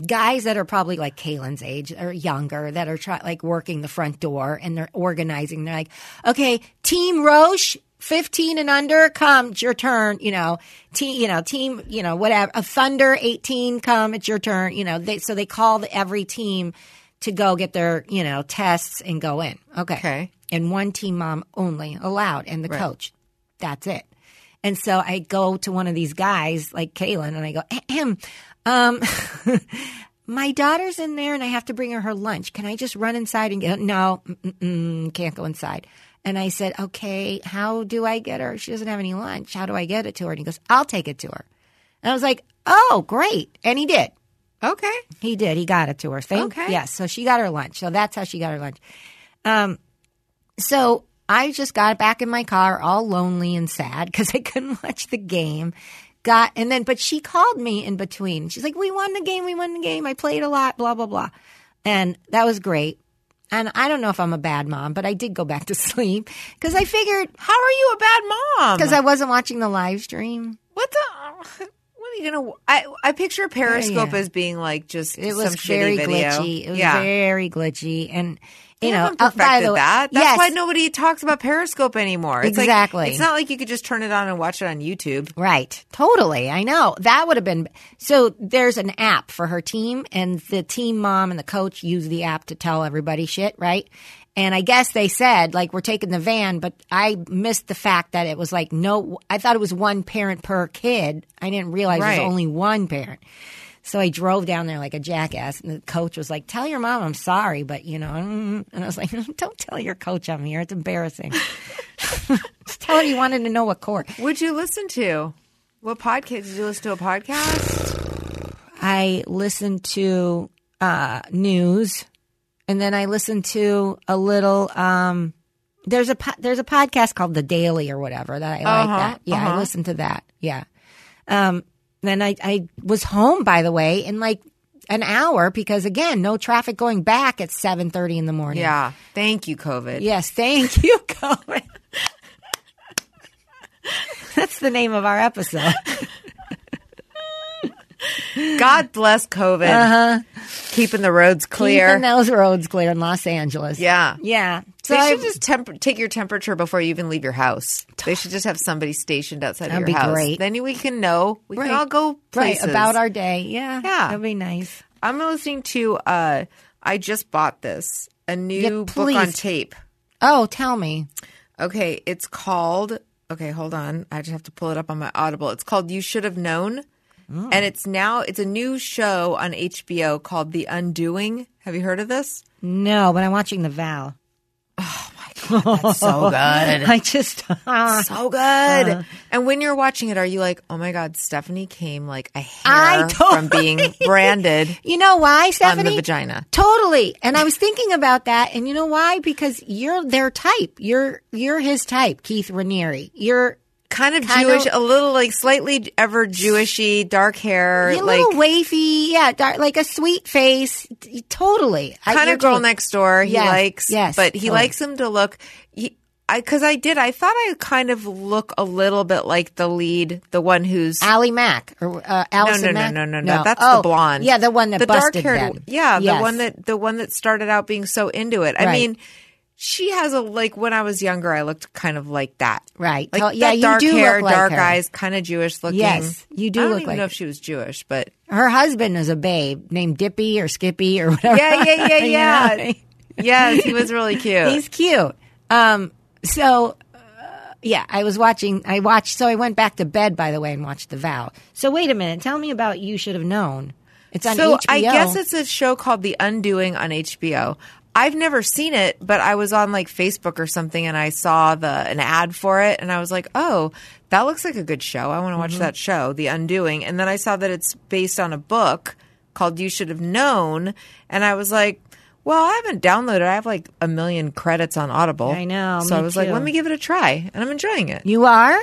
S3: guys that are probably like Kaylin's age or younger that are try- like working the front door and they're organizing. They're like, okay, Team Roche. 15 and under come it's your turn you know team you know team you know whatever a thunder 18 come it's your turn you know they so they call the, every team to go get their you know tests and go in okay
S2: Okay.
S3: and one team mom only allowed and the coach that's it and so I go to one of these guys, like Kaylin, and I go, Ahem, um, my daughter's in there and I have to bring her her lunch. Can I just run inside and get No, mm-mm, can't go inside. And I said, okay, how do I get her? She doesn't have any lunch. How do I get it to her? And he goes, I'll take it to her. And I was like, oh, great. And he did.
S2: Okay.
S3: He did. He got it to her. Thank,
S2: Okay.
S3: Yes. So she got her lunch. So that's how she got her lunch. Um, so I just got back in my car, all lonely and sad because I couldn't watch the game. Got and then, but she called me in between. She's like, "We won the game. We won the game. I played a lot. Blah blah blah," and that was great. And I don't know if I'm a bad mom, but I did go back to sleep because I figured
S2: How are you a bad mom?
S3: because I wasn't watching the live stream.
S2: what the. What are you gonna? I I picture Periscope
S3: Yeah.
S2: as being like just
S3: It was
S2: some shitty
S3: very
S2: video.
S3: glitchy. It was
S2: yeah.
S3: very glitchy, and you
S2: They
S3: know,
S2: haven't
S3: uh, by
S2: perfected
S3: the way,
S2: that. That's
S3: yes,
S2: why nobody talks about Periscope anymore. It's
S3: Exactly.
S2: Like, it's not like you could just turn it on and watch it on YouTube.
S3: Right. Totally. I know. That would have been so there's an app for her team and the team mom and the coach use the app to tell everybody shit, right? And I guess they said like we're taking the van, but I missed the fact that it was like no I thought it was one parent per kid. I didn't realize it
S2: Right.
S3: was only one parent. So I drove down there like a jackass, and the coach was like, "Tell your mom I'm sorry, but you know." mm," And I was like, "Don't tell your coach I'm here. It's embarrassing. Just tell her you wanted to know what court."
S2: Would you listen to what podcast? Did you listen to a podcast?
S3: I listened to uh, news, and then I listened to a little. Um, there's a po- there's a podcast called The Daily or whatever that I
S2: Uh-huh,
S3: like. That yeah, I listened to that. Yeah. Um, then I I was home by the way in like an hour because again no traffic going back at seven thirty in the morning.
S2: Yeah. Thank you, COVID.
S3: Yes, thank you, Cohen. That's the name of our episode.
S2: God bless COVID. Uh huh. Keeping the roads clear.
S3: Uh-huh. Keeping those roads clear in Los Angeles.
S2: Yeah.
S3: Yeah. So
S2: they
S3: I-
S2: should just temp- take your temperature before you even leave your house. They should just have somebody stationed outside
S3: That'd
S2: of
S3: be
S2: your house.
S3: great.
S2: Then we can know. We
S3: Right.
S2: can all go places.
S3: Right, about our day. Yeah.
S2: Yeah.
S3: That'd be nice.
S2: I'm listening to. uh I just bought this a new book on
S3: please.
S2: tape.
S3: Oh, tell me.
S2: Okay, it's called. Okay, hold on. I just have to pull it up on my Audible. It's called You Should Have Known.
S3: Mm.
S2: And it's now it's a new show on HBO called The Undoing. Have you heard of this?
S3: No, but I'm watching The Vow.
S2: That's so good.
S3: I just. uh,
S2: so good. and when you're watching it, are you like, "Oh my god, Stephanie came like a hair
S3: I
S2: from being branded
S3: you know why,
S2: on
S3: Stephanie?
S2: the vagina?"
S3: Totally. And I was thinking about that. And you know why? Because you're their type. You're you're his type, Keith Raniere. You're.
S2: Kind of
S3: Kind of-
S2: Jewish, a little like slightly ever Jewishy, dark hair,
S3: You're a
S2: like
S3: little wavy, yeah, dark, like a sweet face. T- Totally, I-
S2: kind
S3: you're
S2: of girl
S3: totally-
S2: next door. He
S3: Yes,
S2: likes,
S3: yes,
S2: but he
S3: totally.
S2: likes him to look. He, I because I did. I thought I kind of look a little bit like the lead, the one who's
S3: Ally Mack or uh,
S2: no,
S3: Allison
S2: no, no,
S3: Mack?
S2: no, no, no. That's
S3: Oh,
S2: the blonde.
S3: Yeah, the one that
S2: the
S3: busted
S2: dark-haired-
S3: them.
S2: Yeah, the
S3: Yes.
S2: one that the one that started out being so into it. I
S3: Right.
S2: mean, she has a like. When I was younger, I looked kind of like that.
S3: Right.
S2: Like
S3: Tell- yeah,
S2: that
S3: you
S2: dark
S3: do look
S2: hair,
S3: like
S2: dark
S3: her.
S2: eyes, kind of Jewish looking.
S3: Yes, you do
S2: I don't
S3: look
S2: even
S3: like
S2: know
S3: her.
S2: if she was Jewish, but
S3: her husband is a babe named Dippy or Skippy or whatever.
S2: yeah, yeah, yeah,
S3: You know
S2: yeah.
S3: what I mean?
S2: yes, he was really cute.
S3: He's cute. Um, so uh, yeah, I was watching. I watched. So I went back to bed, by the way, and watched The Vow. So wait a minute. Tell me about You Should Have Known. It's on
S2: so
S3: HBO.
S2: I guess it's a show called The Undoing on HBO. I've never seen it, but I was on like Facebook or something and I saw the an ad for it and I was like, "Oh, that looks like a good show. I want to watch
S3: Mm-hmm.
S2: that show, The Undoing." And then I saw that it's based on a book called You Should Have Known, and I was like, "Well, I haven't downloaded. it. I have like a million credits on Audible."
S3: I know,
S2: So
S3: me
S2: I was like,
S3: too.
S2: "Let me give it a try." And I'm enjoying it.
S3: you are.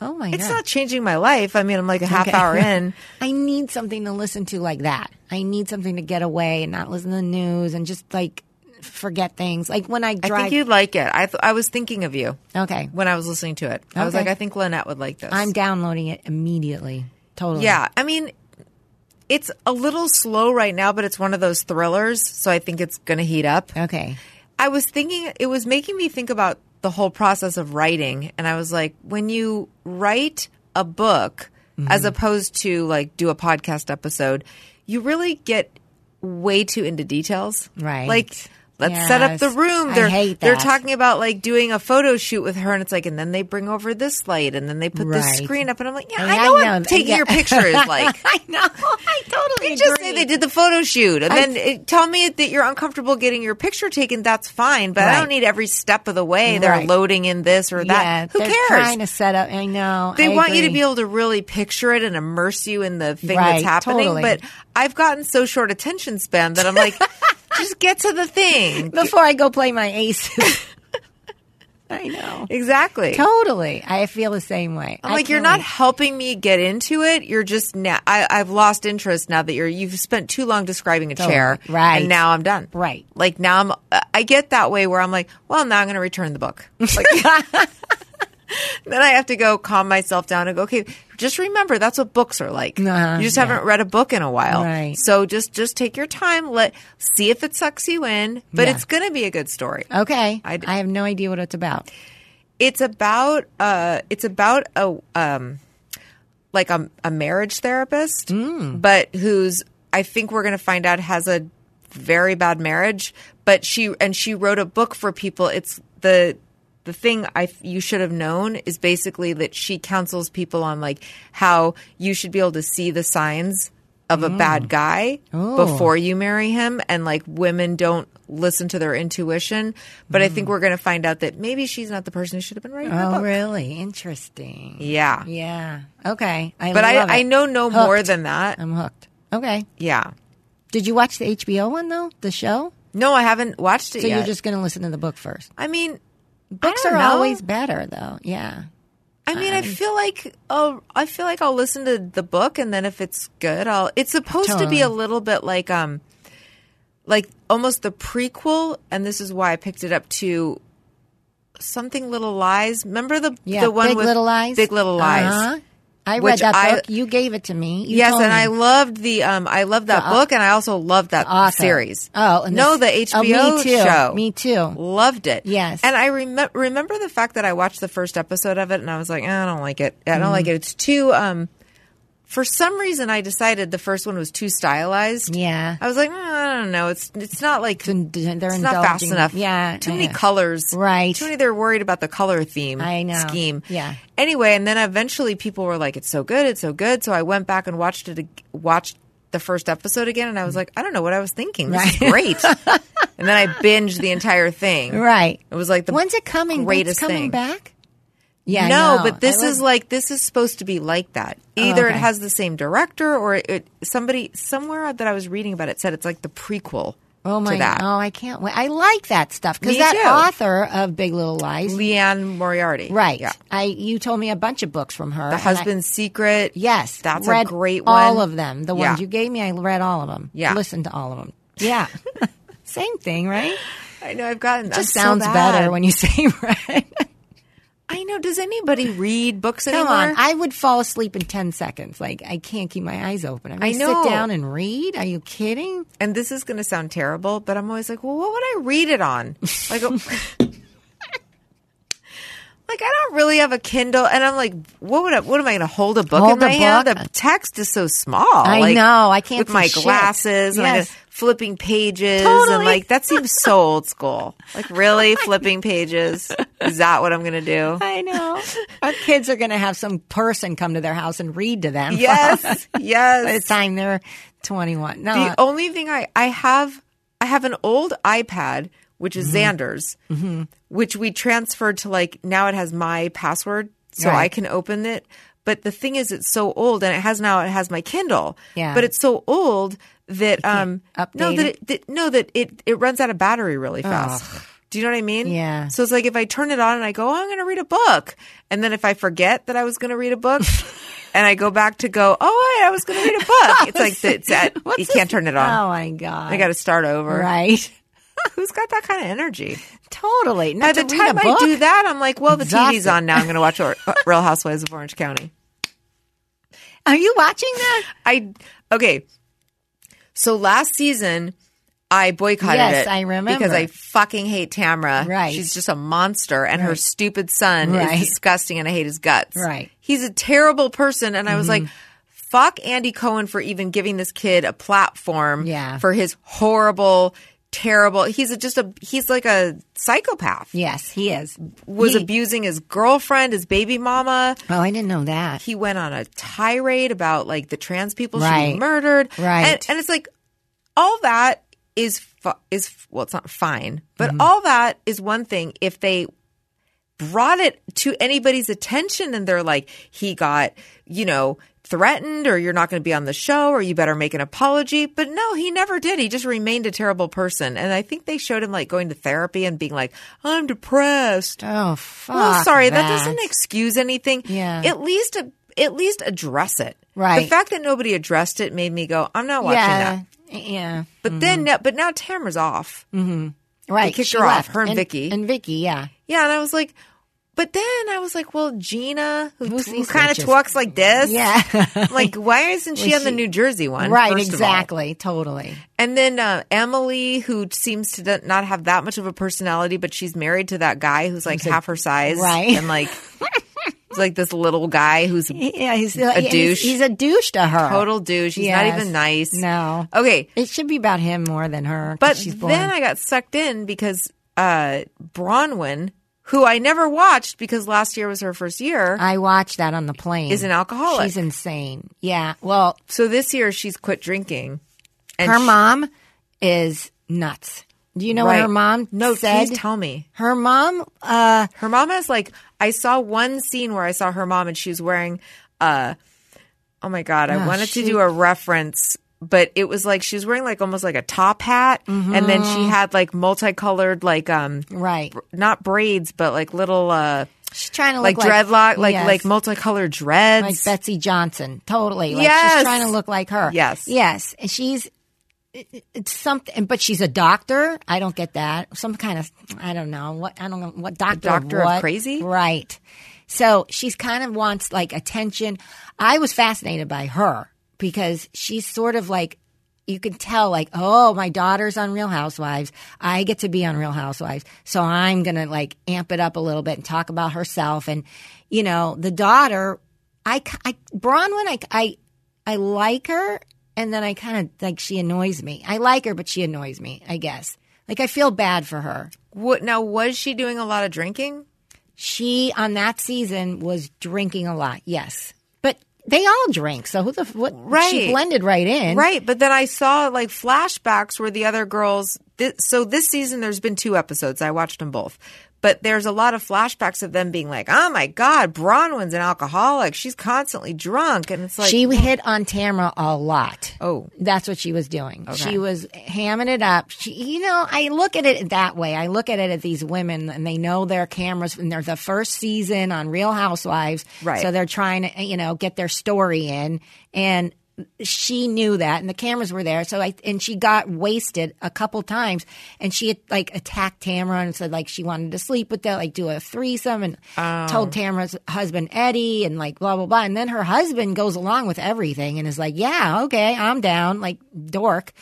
S3: Oh my
S2: it's
S3: god!
S2: not changing my life. I mean, I'm like a half hour in.
S3: I need something to listen to like that. I need something to get away and not listen to the news and just like forget things. Like when I
S2: I
S3: drive.
S2: think you'd like it. I th- I was thinking of you.
S3: okay.
S2: when I was listening to it. I was
S3: Okay.
S2: like, I think Lynette would like this.
S3: I'm downloading it immediately. Totally.
S2: yeah, I mean, it's a little slow right now, but it's one of those thrillers, so I think it's going to heat up.
S3: Okay.
S2: I was thinking, it was making me think about the whole process of writing, and I was like, when you write a book,
S3: Mm-hmm.
S2: as opposed to like do a podcast episode, you really get way too into details.
S3: Right.
S2: Like, Let's set up the
S3: Yes.
S2: room.
S3: I
S2: They're
S3: hate
S2: they're
S3: that.
S2: talking about like doing a photo shoot with her, and it's like, and then they bring over this light, and then they put this
S3: Right.
S2: screen up, and I'm like, yeah,
S3: And
S2: I know what
S3: that-
S2: taking
S3: yeah.
S2: your picture is like.
S3: I know. I totally
S2: You just
S3: agree.
S2: say they did the photo shoot, and then it, tell me that you're uncomfortable getting your picture taken. That's fine, but I
S3: Right.
S2: don't need every step of the way. They're
S3: Right.
S2: loading in this or
S3: Yeah,
S2: that. Who
S3: they're
S2: cares?
S3: Trying to set up. I know.
S2: they
S3: I
S2: want you to
S3: agree.
S2: be able to really picture it and immerse you in the thing that's
S3: Right,
S2: happening.
S3: totally.
S2: But I've gotten so short attention span that I'm like, just get to the thing.
S3: before I go play my aces. I know.
S2: Exactly.
S3: Totally. I feel the same way.
S2: I'm
S3: I
S2: like, you're
S3: can't
S2: not
S3: wait.
S2: helping me get into it. You're just now. I, I've lost interest now that you're. You've spent too long describing a chair,
S3: Right.
S2: And now I'm done.
S3: Right.
S2: Like now I'm. uh, I get that way where I'm like, well, now I'm going to return the book. Like, then I have to go calm myself down and go, okay, just remember that's what books are like.
S3: Uh-huh,
S2: you just haven't read a book in a while,
S3: Right.
S2: So just just take your time. Let see if it sucks you in, but
S3: Yeah.
S2: it's going to be a good story.
S3: Okay. I
S2: I'd-
S3: have no idea what it's about.
S2: it's about uh it's about a um like a, a marriage therapist but who's i think we're going to find out has a very bad marriage but she and she wrote a book for people it's the the thing i you should have known is basically that she counsels people on like how you should be able to see the signs of a bad guy before you marry him and like women don't listen to their intuition but i think we're going to find out that maybe she's not the person who should have been writing the
S3: Mm. Oh,
S2: book
S3: really? Interesting.
S2: yeah
S3: Yeah. Okay. I
S2: but
S3: love
S2: I, I
S3: it.
S2: know no more
S3: Hooked.
S2: than that
S3: I'm hooked. Okay.
S2: yeah
S3: Did you watch the HBO one though? The show?
S2: no i haven't watched it
S3: So
S2: yet
S3: you're just going to listen to the book first.
S2: i mean
S3: Books
S2: I
S3: are
S2: don't know.
S3: always better though. Yeah.
S2: I mean, I
S3: Uh-huh.
S2: feel like oh, I feel like I'll listen to the book, and then if it's good, I'll. It's supposed to be
S3: Totally.
S2: a little bit like um, like almost the prequel, and this is why I picked it up to something Little Lies. Remember the
S3: Yeah.
S2: the one
S3: Big
S2: with
S3: Little Lies.
S2: Big Little Lies.
S3: Uh-huh. I
S2: Which
S3: read that
S2: I-
S3: book. You gave it to me. You
S2: Yes,
S3: told
S2: and
S3: me.
S2: I loved the um, I loved that book, and I also loved that
S3: author.
S2: series.
S3: Oh, and
S2: no, the
S3: this- oh, me
S2: HBO
S3: too.
S2: show.
S3: Me too.
S2: Loved it.
S3: Yes.
S2: and I remember remember the fact that I watched the first episode of it, and I was like, "Eh, I don't like it. I don't
S3: Mm-hmm.
S2: like it. It's too. Um, for some reason, I decided the first one was too stylized.
S3: Yeah.
S2: I was like, "Mm, I don't know. It's it's not like
S3: It's in- they're
S2: it's not fast
S3: indulging.
S2: enough.
S3: Yeah.
S2: Too many
S3: yeah.
S2: colors.
S3: Right.
S2: Too many they're worried about the color theme
S3: I know.
S2: scheme.
S3: Yeah.
S2: Anyway, and then eventually people were like, It's so good, it's so good. So I went back and watched it ag- watched the first episode again and I
S3: Mm.
S2: was like, I don't know what I was thinking. This is great. and then I binged the entire thing.
S3: Right.
S2: It was like the
S3: When's it coming?
S2: greatest
S3: it's coming
S2: thing.
S3: back? Yeah. I
S2: no,
S3: know.
S2: but this
S3: I
S2: is
S3: love-
S2: like this is supposed to be like that. Either it
S3: okay.
S2: has the same director or it, it somebody somewhere that I was reading about it said it's like the prequel
S3: Oh my!
S2: to that.
S3: Oh, I can't wait. I like that stuff because
S2: Me
S3: that
S2: too.
S3: author of Big Little Lies,
S2: Leanne Moriarty.
S3: right?
S2: Yeah.
S3: I you told me a bunch of books from her.
S2: The
S3: and I-
S2: Husband's Secret.
S3: yes,
S2: That's
S3: read
S2: a great one.
S3: All of them. The
S2: Yeah.
S3: ones you gave me, I read all of them.
S2: Yeah.
S3: listened to all of them. Yeah, same thing, right?
S2: I know I've gotten that.
S3: Just sounds better when you say read.
S2: I know. Does anybody read books
S3: Come
S2: anymore?
S3: on, I would fall asleep in ten seconds. Like I can't keep my eyes open. I, mean,
S2: I know.
S3: Sit down and read. Are you kidding?
S2: and this is going to sound terrible, but I'm always like, well, what would I read it on? Like, a- like I don't really have a Kindle, and I'm like, what would I, what am I going to hold a book
S3: Hold
S2: in my
S3: a
S2: hand?
S3: book?
S2: The text is so small.
S3: I
S2: like,
S3: know, I can't
S2: with
S3: see
S2: my
S3: shit.
S2: glasses and I
S3: Yes.
S2: gotta- flipping pages, and
S3: Totally.
S2: like that seems so old school. Like, really, flipping pages? Is that what I'm going to do?
S3: I know. Our kids are going to have some person come to their house and read to them.
S2: Yes, yes.
S3: By the time they're 21. No.
S2: The only thing I I have I have an old iPad which
S3: Mm-hmm.
S2: is Xander's, which we transferred to like now it has my password, so I
S3: Right.
S2: can open it. But the thing is, it's so old, and it has now it has my Kindle.
S3: Yeah.
S2: But it's so old that um no
S3: update
S2: that
S3: it?
S2: it that, no that it it runs out of battery really fast. Do you know what I mean?
S3: Yeah.
S2: So it's like if I turn it on and I go, oh, I'm going to read a book, and then if I forget that I was going to read a book. And I go back to go. Oh, wait, I was going to read a book. It's like it's at, you can't turn it on.
S3: oh, my God.
S2: I got to start over.
S3: Right.
S2: Who's got that kind of energy?
S3: Totally.
S2: By
S3: Not
S2: the
S3: to read a
S2: time I
S3: book?
S2: do that, I'm like, well, the TV's
S3: Exhausted.
S2: on now. I'm going to watch or- Real Housewives of Orange County.
S3: Are you watching that?
S2: I okay. So last season, I boycotted
S3: Yes,
S2: it.
S3: I remember.
S2: because I fucking hate Tamra.
S3: Right.
S2: she's just a monster, and her stupid son
S3: Right.
S2: is disgusting, and I hate his guts.
S3: Right. Mm-hmm.
S2: he's a terrible person, and I was like. Fuck Andy Cohen for even giving this kid a platform
S3: Yeah.
S2: for his horrible, terrible. He's a, just a he's like a psychopath.
S3: Yes, he is.
S2: Was
S3: he,
S2: abusing his girlfriend, his baby mama.
S3: Oh, I didn't know that.
S2: He went on a tirade about like the trans people should be
S3: Right.
S2: murdered.
S3: Right.
S2: And, and it's like all that is fi- is well, it's not fine, but
S3: Mm-hmm.
S2: all that is one thing if they brought it to anybody's attention and they're like he got you know threatened or you're not going to be on the show or you better make an apology but no he never did he just remained a terrible person and i think they showed him like going to therapy and being like i'm depressed
S3: oh, fuck.
S2: well, sorry, that.
S3: that
S2: doesn't excuse anything.
S3: Yeah.
S2: At least at least address it. The
S3: Right.
S2: fact that nobody addressed it made me go, I'm not watching
S3: yeah, Mm-hmm.
S2: that.
S3: yeah.
S2: But then, no, but now Tamara's off.
S3: Right,
S2: kicked
S3: she
S2: her off,
S3: left.
S2: her and Vicky.
S3: and Vicky, yeah,
S2: Yeah, and I was like, but then I was like, well, Gina, who,
S3: Who's
S2: who
S3: these
S2: kind of
S3: bitches?
S2: talks like this,
S3: yeah,
S2: I'm like why isn't she
S3: Was
S2: on the
S3: she-
S2: New Jersey one?
S3: right,
S2: first of all?
S3: exactly, totally.
S2: And then uh, Emily, who seems to d- not have that much of a personality, but she's married to that guy who's like half her size,
S3: right.
S2: And like, it's like this little guy who's
S3: Yeah, he's a
S2: douche.
S3: He's, a douche to her.
S2: total douche. He's not
S3: Oh, Yes.
S2: even nice.
S3: No,
S2: Okay.
S3: it should be about him more than her. 'cause
S2: But
S3: she's born.
S2: then I got sucked in because uh Bronwyn, who I never watched because last year was her first year.
S3: I watched that on the plane.
S2: Is an alcoholic.
S3: She's insane. Yeah. Well,
S2: so this year she's quit drinking. And
S3: her
S2: she-
S3: mom is nuts. Do you know
S2: Right.
S3: what her mom
S2: No,
S3: said?
S2: please tell me.
S3: her mom. Uh,
S2: Her mom has like I saw one scene where I saw her mom and she was wearing uh oh my god, I
S3: Oh,
S2: wanted to
S3: shoot.
S2: do a reference but it was like she was wearing like almost like a top hat and then
S3: Mm-hmm.
S2: she had like multicolored like um
S3: right.
S2: not braids but like little uh
S3: She's trying to
S2: like,
S3: look
S2: dreadlock, like
S3: Oh, Yes.
S2: like multicolored dreads.
S3: like Betsy Johnson, totally. Like
S2: Yes.
S3: she's trying to look like her.
S2: Yes.
S3: yes, and she's it- it- it's something, but she's a doctor. I don't get that. Some kind of I don't know what I don't know what doctor
S2: doctor of
S3: what?
S2: crazy?
S3: right? So she's kind of wants like attention. I was fascinated by her because she's sort of like you can tell like oh my daughter's on real housewives i get to be on real housewives so i'm going to like amp it up a little bit and talk about herself and you know the daughter i k- i bronwyn i i, I like her and then i kind of like she annoys me i like her but she annoys me i guess like i feel bad for her
S2: what now? Was she doing a lot of drinking?
S3: she on that season was drinking a lot yes but they all drink so who the f- what
S2: Right.
S3: she blended right in
S2: Right, but then I saw like flashbacks where the other girls. Th- so this season, there's been two episodes. I watched them both, but there's a lot of flashbacks of them being like, "Oh my God, Bronwyn's an alcoholic. She's constantly drunk," and it's like,
S3: she hit on Tamara a lot.
S2: Oh.
S3: that's what she was doing. She was hamming it up. She, you know, I look at it that way. I look at it at these women, and they know their cameras, and they're the first season on Real Housewives,
S2: Right.
S3: So they're trying to, you know, get their story in, and she knew that, and the cameras were there. So I and she got wasted a couple times, and she had, like attacked Tamara and said like she wanted to sleep with that, like do a threesome, and told Tamara's husband Eddie, and like blah blah blah. And then her husband goes along with everything and is like, yeah, okay, I'm down, like dork,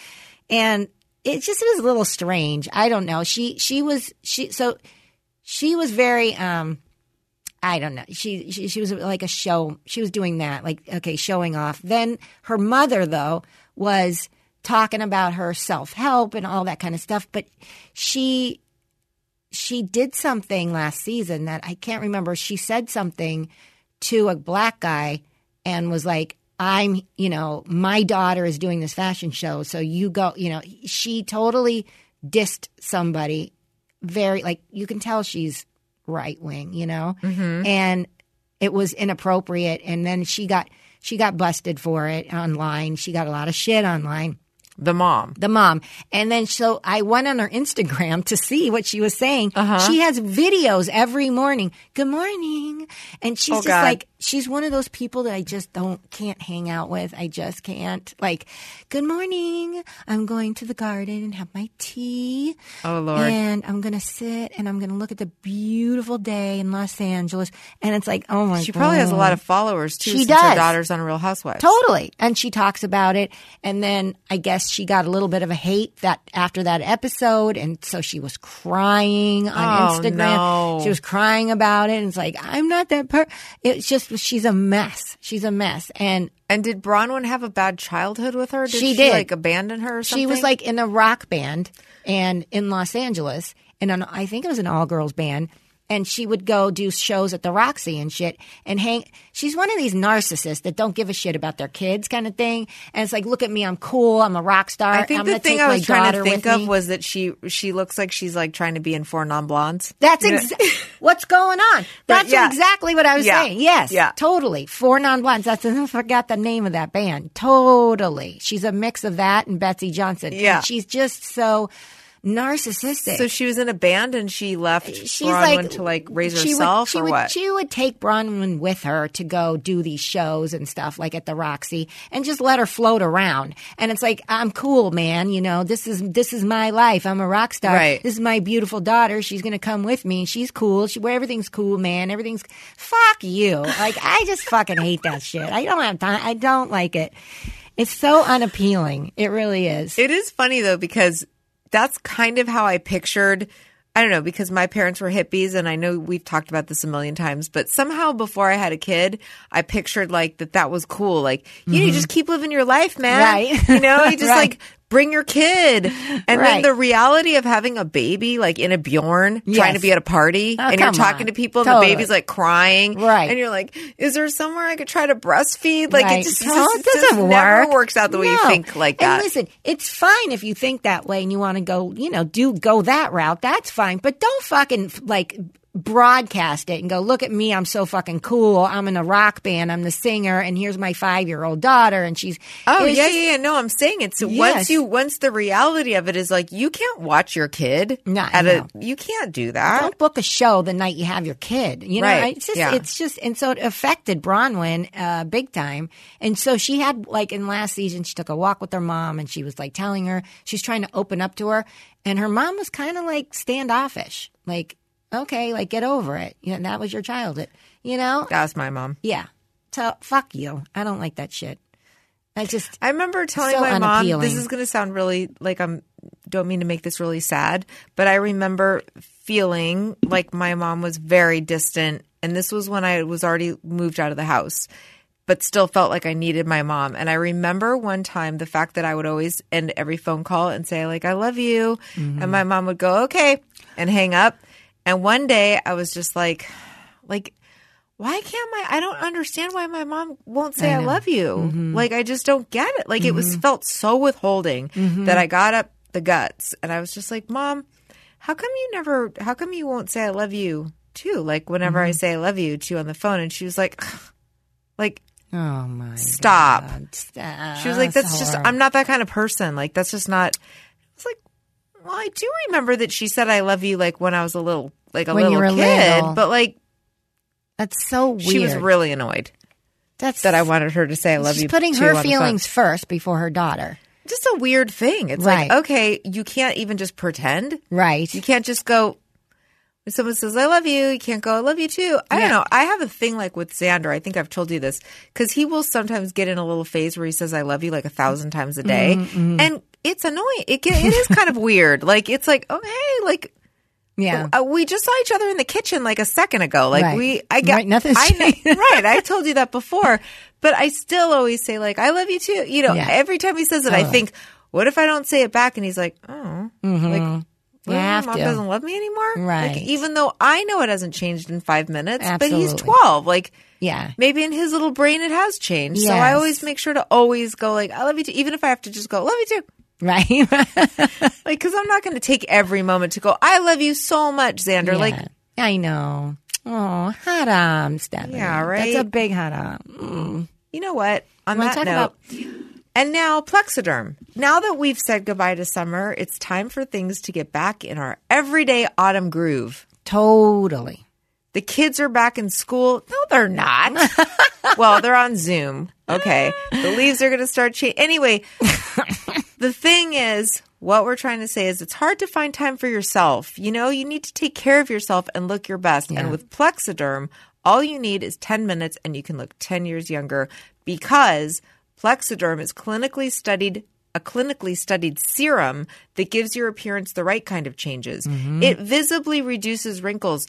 S3: and it just was a little strange. I don't know. She she was she so she was very um I don't know. She, she she was like a show. She was doing that, like okay, showing off. Then her mother though was talking about her self help and all that kind of stuff. But she she did something last season that I can't remember. She said something to a black guy and was like, "I'm you know my daughter is doing this fashion show, so you go." You know, she totally dissed somebody. Very like you can tell she's right wing, you know, and it was inappropriate. And then she got she got busted for it online. She got a lot of shit online.
S2: the mom.
S3: The mom, and then so I went on her Instagram to see what she was saying.
S2: Uh-huh.
S3: She has videos every morning. Good morning, and
S2: Oh,
S3: she's just
S2: God.
S3: like she's one of those people that I just don't can't hang out with. I just can't. Like, good morning. I'm going to the garden and have my tea.
S2: Oh, Lord.
S3: And I'm gonna sit and I'm gonna look at the beautiful day in Los Angeles. And it's like, oh my!
S2: She probably has a lot
S3: God.
S2: of followers too.
S3: She
S2: since Her
S3: does.
S2: daughter's on Real Housewives.
S3: Totally. And she talks about it. And then I guess she got a little bit of a hate that after that episode. And so she was crying on
S2: Oh,
S3: Instagram.
S2: no.
S3: She was crying about it. And it's like, I'm not that per. It's just, she's a mess. She's a mess. And
S2: And did Bronwyn have a bad childhood with her? Did
S3: She
S2: she,
S3: did.
S2: like abandon her or something?
S3: She was like in a rock band and in Los Angeles, and an, I think it was an all girls band. And she would go do shows at the Roxy and shit and hang. She's one of these narcissists that don't give a shit about their kids, kind of thing. And it's like, look at me, I'm cool, I'm a rock star.
S2: I think
S3: I'm
S2: the
S3: gonna
S2: thing
S3: take
S2: I
S3: my
S2: was trying to
S3: daughter
S2: think
S3: with
S2: of
S3: me."
S2: was that she she looks like she's like trying to be in four non blondes.
S3: That's exa- what's going on. That's
S2: yeah.
S3: exactly what I was
S2: Yeah.
S3: saying. Yes,
S2: Yeah.
S3: totally. Four non blondes. That's I forgot the name of that band. Totally, she's a mix of that and Betsy Johnson.
S2: Yeah.
S3: And she's just so narcissistic.
S2: So she was in a band and she left
S3: she's
S2: Bronwyn
S3: like
S2: to like raise
S3: she would-
S2: herself
S3: she
S2: or
S3: would,
S2: what?
S3: She would take Bronwyn with her to go do these shows and stuff, like at the Roxy, and just let her float around. And it's like, I'm cool, man. You know, this is this is my life. I'm a rock star.
S2: Right.
S3: This is my beautiful daughter. She's gonna come with me. She's cool. She where everything's cool, man. Everything's fuck you. Like I just fucking hate that shit. I don't have time. I don't like it. It's so unappealing. It really is.
S2: It is funny though because that's kind of how I pictured. I don't know because my parents were hippies, and I know we've talked about this a million times. But somehow, before I had a kid, I pictured like that that was cool. Like you, know, you just keep living your life, man.
S3: Mm-hmm. Right.
S2: You know, you just
S3: Right.
S2: like bring your kid, and then
S3: Right.
S2: the reality of having a baby, like in a Bjorn,
S3: Yes.
S2: trying to be at a party,
S3: Oh,
S2: and you're
S3: come
S2: talking
S3: on.
S2: to people, and
S3: Totally.
S2: the baby's like crying,
S3: Right.
S2: And you're like, is there somewhere I could try to breastfeed? Like
S3: Right.
S2: it just,
S3: No,
S2: it just never works out the way you
S3: No.
S2: think. Like uh, that.
S3: And listen, it's fine if you think that way and you want to go, you know, do go that route. That's fine, but don't fucking like broadcast it and go, look at me, I'm so fucking cool. I'm in a rock band. I'm the singer, and here's my five year old daughter, and she's
S2: Oh
S3: it's
S2: yeah,
S3: just-
S2: yeah, yeah. No, I'm saying it. So
S3: Yes.
S2: once you, once the reality of it is like you can't watch your kid.
S3: No, I
S2: at
S3: know.
S2: a you can't do that.
S3: Don't book a show the night you have your kid. You know,
S2: Right.
S3: it's just
S2: Yeah.
S3: it's just and so it affected Bronwyn uh, big time. And so she had like in last season she took a walk with her mom and she was like telling her she's trying to open up to her and her mom was kind of like standoffish, like okay, like get over it. You know, that was your childhood. You know,
S2: That was my mom.
S3: yeah. So fuck you. I don't like that shit. I just
S2: I remember telling
S3: So
S2: my mom,
S3: unappealing.
S2: this is going to sound really like I'm don't mean to make this really sad, but I remember feeling like my mom was very distant and this was when I was already moved out of the house. But still felt like I needed my mom. And I remember one time the fact that I would always end every phone call and say, like, I love you.
S3: Mm-hmm.
S2: And my mom would go, okay, and hang up. And one day I was just like, like, why can't my I don't understand why my mom won't say I, love you.
S3: Mm-hmm.
S2: Like I just don't get it. Like it was felt so withholding
S3: Mm-hmm.
S2: that I got up the guts and I was just like, "Mom, how come you never how come you won't say I love you too? Like whenever
S3: Mm-hmm.
S2: I say I love you to you on the phone." And she was like like
S3: oh my
S2: Stop.
S3: God. Stop.
S2: she was like, "That's just
S3: horrible.
S2: I'm not that kind of person. Like that's just not." I was like, "Well, I do remember that she said I love you like when I was a little like a
S3: When you
S2: little
S3: were
S2: kid,
S3: little.
S2: but like
S3: That's so weird.
S2: she was really annoyed."
S3: That's
S2: that I wanted her to say I love
S3: She's
S2: you.
S3: putting
S2: to
S3: her
S2: on the phone.
S3: feelings first before her daughter.
S2: Just a weird thing. It's
S3: Right.
S2: like, okay, you can't even just pretend.
S3: Right.
S2: You can't just go when someone says I love you, you can't go I love you too. I
S3: Yeah.
S2: don't know. I have a thing like with Xander. I think I've told you this cuz he will sometimes get in a little phase where he says I love you like a thousand times a day. And it's annoying. It get, it is kind of weird. Like it's like, "Okay, like
S3: Yeah.
S2: uh, we just saw each other in the kitchen like a second ago. Like
S3: Right.
S2: we, I got
S3: Right, nothing's
S2: I,
S3: changed.
S2: kn- right. I told you that before, but I still always say like, "I love you too." You know,
S3: Yeah.
S2: every time he says it, I think, "What if I don't say it back?" And he's like, "Oh, like."
S3: Mm-hmm. You
S2: well,
S3: have
S2: mom
S3: to.
S2: doesn't love me anymore.
S3: Right.
S2: Like, even though I know it hasn't changed in five minutes, but he's
S3: Absolutely.
S2: 12. Like,
S3: Yeah.
S2: maybe in his little brain it has changed. So I
S3: Yes.
S2: always make sure to always go, like, I love you too. Even if I have to just go, love you too.
S3: Right.
S2: Like, cause I'm not going to take every moment to go, I love you so much, Xander. Like,
S3: Yeah. I know. Oh, hot um, Stephanie.
S2: Yeah, right?
S3: That's a big hot um.
S2: You know what? On
S3: Wanna
S2: that
S3: talk
S2: note,
S3: about-
S2: and now Plexiderm. Now that we've said goodbye to summer, it's time for things to get back in our everyday autumn groove.
S3: Totally.
S2: The kids are back in school. No, they're not. well, they're on Zoom. Okay. The leaves are going to start changing. Anyway, the thing is, what we're trying to say is it's hard to find time for yourself. You know, you need to take care of yourself and look your best. And with Plexiderm, all you need is 10 minutes and you can look 10 years younger because Plexiderm is clinically studied a clinically studied
S3: Mm-hmm.
S2: serum that gives your appearance the right kind of changes. It visibly reduces wrinkles.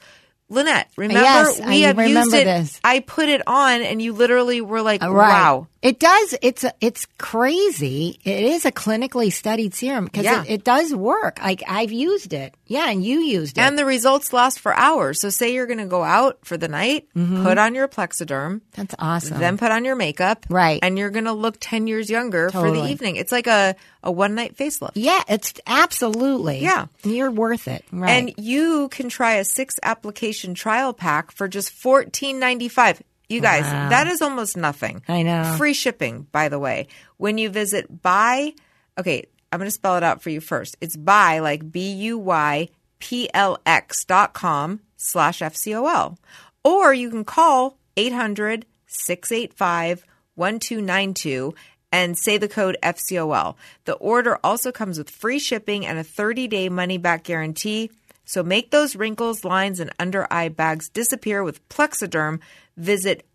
S2: Lynette, remember
S3: Yes,
S2: we
S3: I
S2: have used
S3: remember
S2: it.
S3: this.
S2: I put it on, and you literally were like,
S3: Uh, Right.
S2: "Wow,
S3: It does. It's a, it's crazy. It is a clinically studied serum because
S2: Yeah.
S3: it, it does work. Like I've used it. Yeah, and you used it.
S2: And the results last for hours. So say you're going to go out for the night,
S3: Mm-hmm.
S2: put on your plexiderm,
S3: That's awesome.
S2: then put on your makeup.
S3: Mm. Right.
S2: And you're going to look 10 years younger for the
S3: Totally.
S2: evening. It's like a, a one night facelift.
S3: yeah, it's absolutely.
S2: Yeah.
S3: You're worth it. Right.
S2: And you can try a six application trial pack for just fourteen ninety five. You guys, that is almost nothing.
S3: I know.
S2: Free shipping, by the way. When you visit buy, okay, I'm going to spell it out for you first. It's buy, like B U Y P L X dot com slash FCOL. Or you can call 800 685 1292 and say the code FCOL. The order also comes with free shipping and a 30 day money back guarantee. So make those wrinkles, lines, and under eye bags disappear with Plexiderm. Visit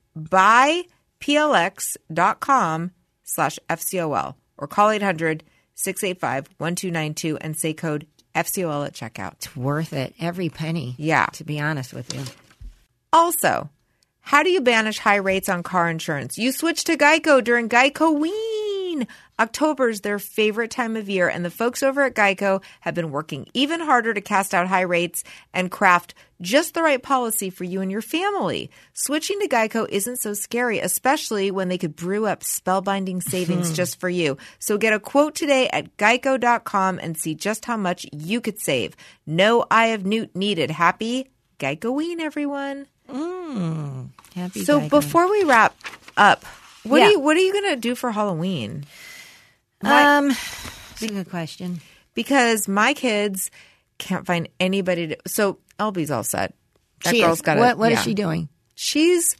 S2: buyplx.com slash FCOL or call 800 685 1292 and say code FCOL at checkout.
S3: it's worth it. Every penny.
S2: Yeah.
S3: To be honest with you.
S2: Also, how do you banish high rates on car insurance? You switch to Geico during Geico Ween. October is their favorite time of year, and the folks over at Geico have been working even harder to cast out high rates and craft just the right policy for you and your family. Switching to Geico isn't so scary, especially when they could brew up spellbinding savings just for you. So get a quote today at geico.com and see just how much you could save. No eye of newt needed. Happy Geico Ween, everyone.
S3: Happy
S2: So
S3: Geico.
S2: before we wrap up, what
S3: Yeah.
S2: are you, what are you gonna do for Halloween?
S3: um, that's a good question.
S2: Because my kids can't find anybody to. So Elby's all set. That
S3: she
S2: girl's
S3: is.
S2: got
S3: What, what is
S2: yeah.
S3: she doing?
S2: She's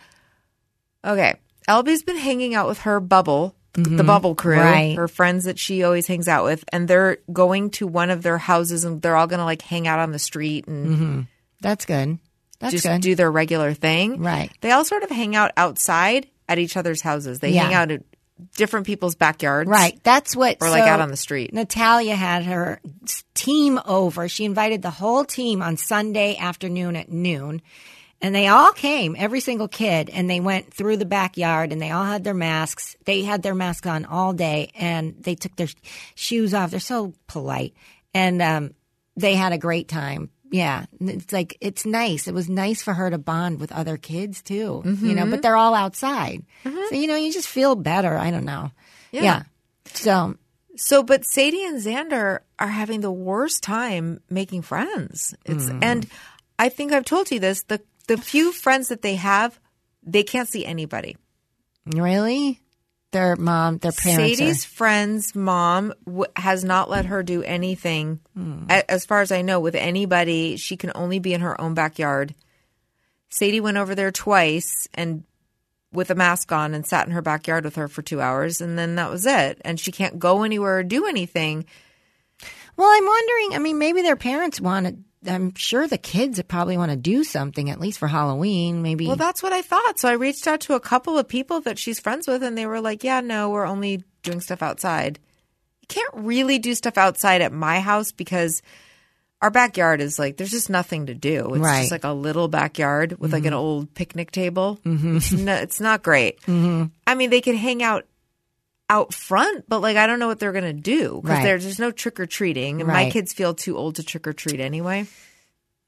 S2: okay. Elby's been hanging out with her bubble, the bubble crew,
S3: Mm-hmm. Right.
S2: her friends that she always hangs out with, and they're going to one of their houses, and they're all gonna like hang out on the street and
S3: That's good. Mm-hmm. That's
S2: just
S3: good.
S2: do their regular thing.
S3: Right.
S2: They all sort of hang out outside at each other's houses. They
S3: Yeah.
S2: hang out at different people's backyards.
S3: Right. That's what.
S2: Or, like,
S3: so
S2: out on the street.
S3: Natalia had her s- team over. She invited the whole team on Sunday afternoon at noon. And they all came, every single kid, and they went through the backyard and they all had their masks. They had their masks on all day and they took their shoes off. They're so polite. And um, they had a great time. Yeah. And It's like, it's nice. It was nice for her to bond with other kids too, you know, but they're all outside. So, you know, you just feel better. I don't know. Yeah. So,
S2: So, but Sadie and Xander are having the worst time making friends. It's and I think I've told you this. The the few friends that they have, they can't see anybody.
S3: really? Their mom, their parents.
S2: Sadie's
S3: are,
S2: friend's mom w- has not let her do anything, a- as far as I know, with anybody. She can only be in her own backyard. Sadie went over there twice and with a mask on and sat in her backyard with her for two hours, and then that was it. And she can't go anywhere or do anything.
S3: well, I'm wondering, I mean, maybe their parents want to, I'm sure the kids probably want to do something, at least for Halloween, maybe.
S2: Well, that's what I thought. So I reached out to a couple of people that she's friends with, and they were like, "Yeah, no, we're only doing stuff outside. You can't really do stuff outside at my house because our backyard is like there's just nothing to do. It's
S3: Right. Mm-hmm.
S2: just like a little backyard with like an old picnic table. It's, no, it's not great.
S3: Mm-hmm.
S2: I mean, they could hang out out front, but like I don't know what they're gonna do because
S3: Right.
S2: there's there's no trick or treating, and my
S3: Right.
S2: kids feel too old to trick or treat anyway.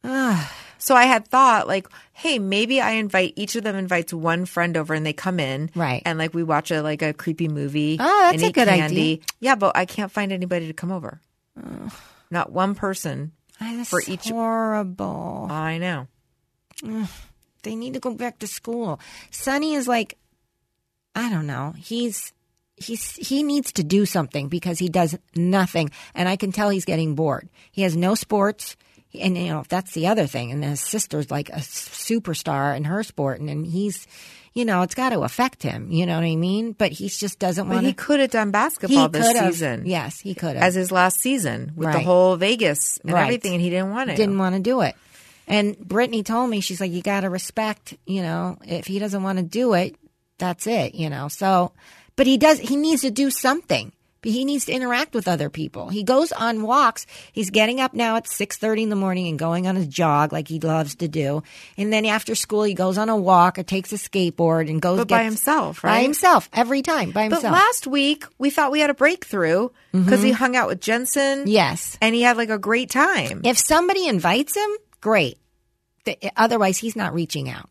S2: So I had thought like, hey, maybe I invite each of them invites one friend over and they come in,
S3: Right.
S2: And like we watch a like a creepy movie.
S3: Oh, that's
S2: and
S3: a
S2: eat
S3: good idea.
S2: candy. Yeah, but I can't find anybody to come over. Not one person.
S3: Ah, that's
S2: for each-
S3: horrible.
S2: I know.
S3: They need to go back to school. Sonny is like, I don't know. He's he's he needs to do something because he does nothing, and I can tell he's getting bored. He has no sports, and you know that's the other thing. And his sister's like a s- superstar in her sport, and, and he's, you know, it's got to affect him. You know what I mean? But he just doesn't
S2: But
S3: want
S2: he
S3: to.
S2: could have done basketball this season.
S3: Yes, he could have.
S2: As his last season with the
S3: Right.
S2: whole Vegas and
S3: Right.
S2: everything, and he didn't want it.
S3: didn't want to do it. And Brittany told me, she's like, you got to respect, you know, if he doesn't want to do it, that's it, you know. So, but he does, he needs to do something. But he needs to interact with other people. He goes on walks. He's getting up now at 6:30 in the morning and going on his jog like he loves to do. And then after school he goes on a walk or takes a skateboard and goes
S2: But by
S3: gets-
S2: himself,
S3: By
S2: right?
S3: himself every time, by
S2: But
S3: himself.
S2: last week we thought we had a breakthrough because
S3: Mm-hmm.
S2: he hung out with Jensen.
S3: yes.
S2: and he had like a great time.
S3: If somebody invites him, great. Th- Otherwise, he's not reaching out.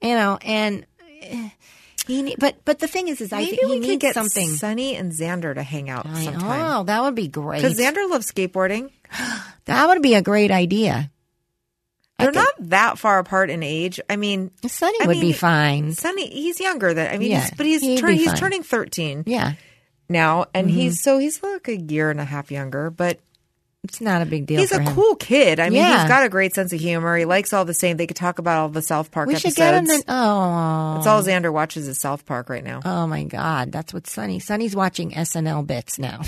S3: You know, and eh, he. ne- But but the thing is, is I
S2: Maybe
S3: think he
S2: we could
S3: needs
S2: get
S3: something.
S2: Sunny and Xander to hang out
S3: I-
S2: sometime
S3: oh, that would be great.
S2: because Xander loves skateboarding.
S3: that would be a great idea. I
S2: They're
S3: think
S2: not that far apart in age. I mean,
S3: Sunny
S2: I
S3: would be
S2: mean,
S3: fine.
S2: Sunny he's younger than I mean,
S3: Yeah,
S2: he's, but he's
S3: he'd
S2: turn,
S3: be
S2: he's
S3: fine. Mm-hmm.
S2: turning thirteen
S3: Yeah,
S2: now, and he's so he's like a year and a half younger, but.
S3: it's not a big deal.
S2: He's
S3: for
S2: a
S3: him.
S2: cool kid. I mean,
S3: Yeah.
S2: he's got a great sense of humor. He likes all the same. They could talk about all the South Park
S3: We should
S2: episodes.
S3: get him. Then, oh,
S2: That's all Xander watches is South Park right now.
S3: Oh my God, that's what Sunny. Sunny's watching SNL bits now.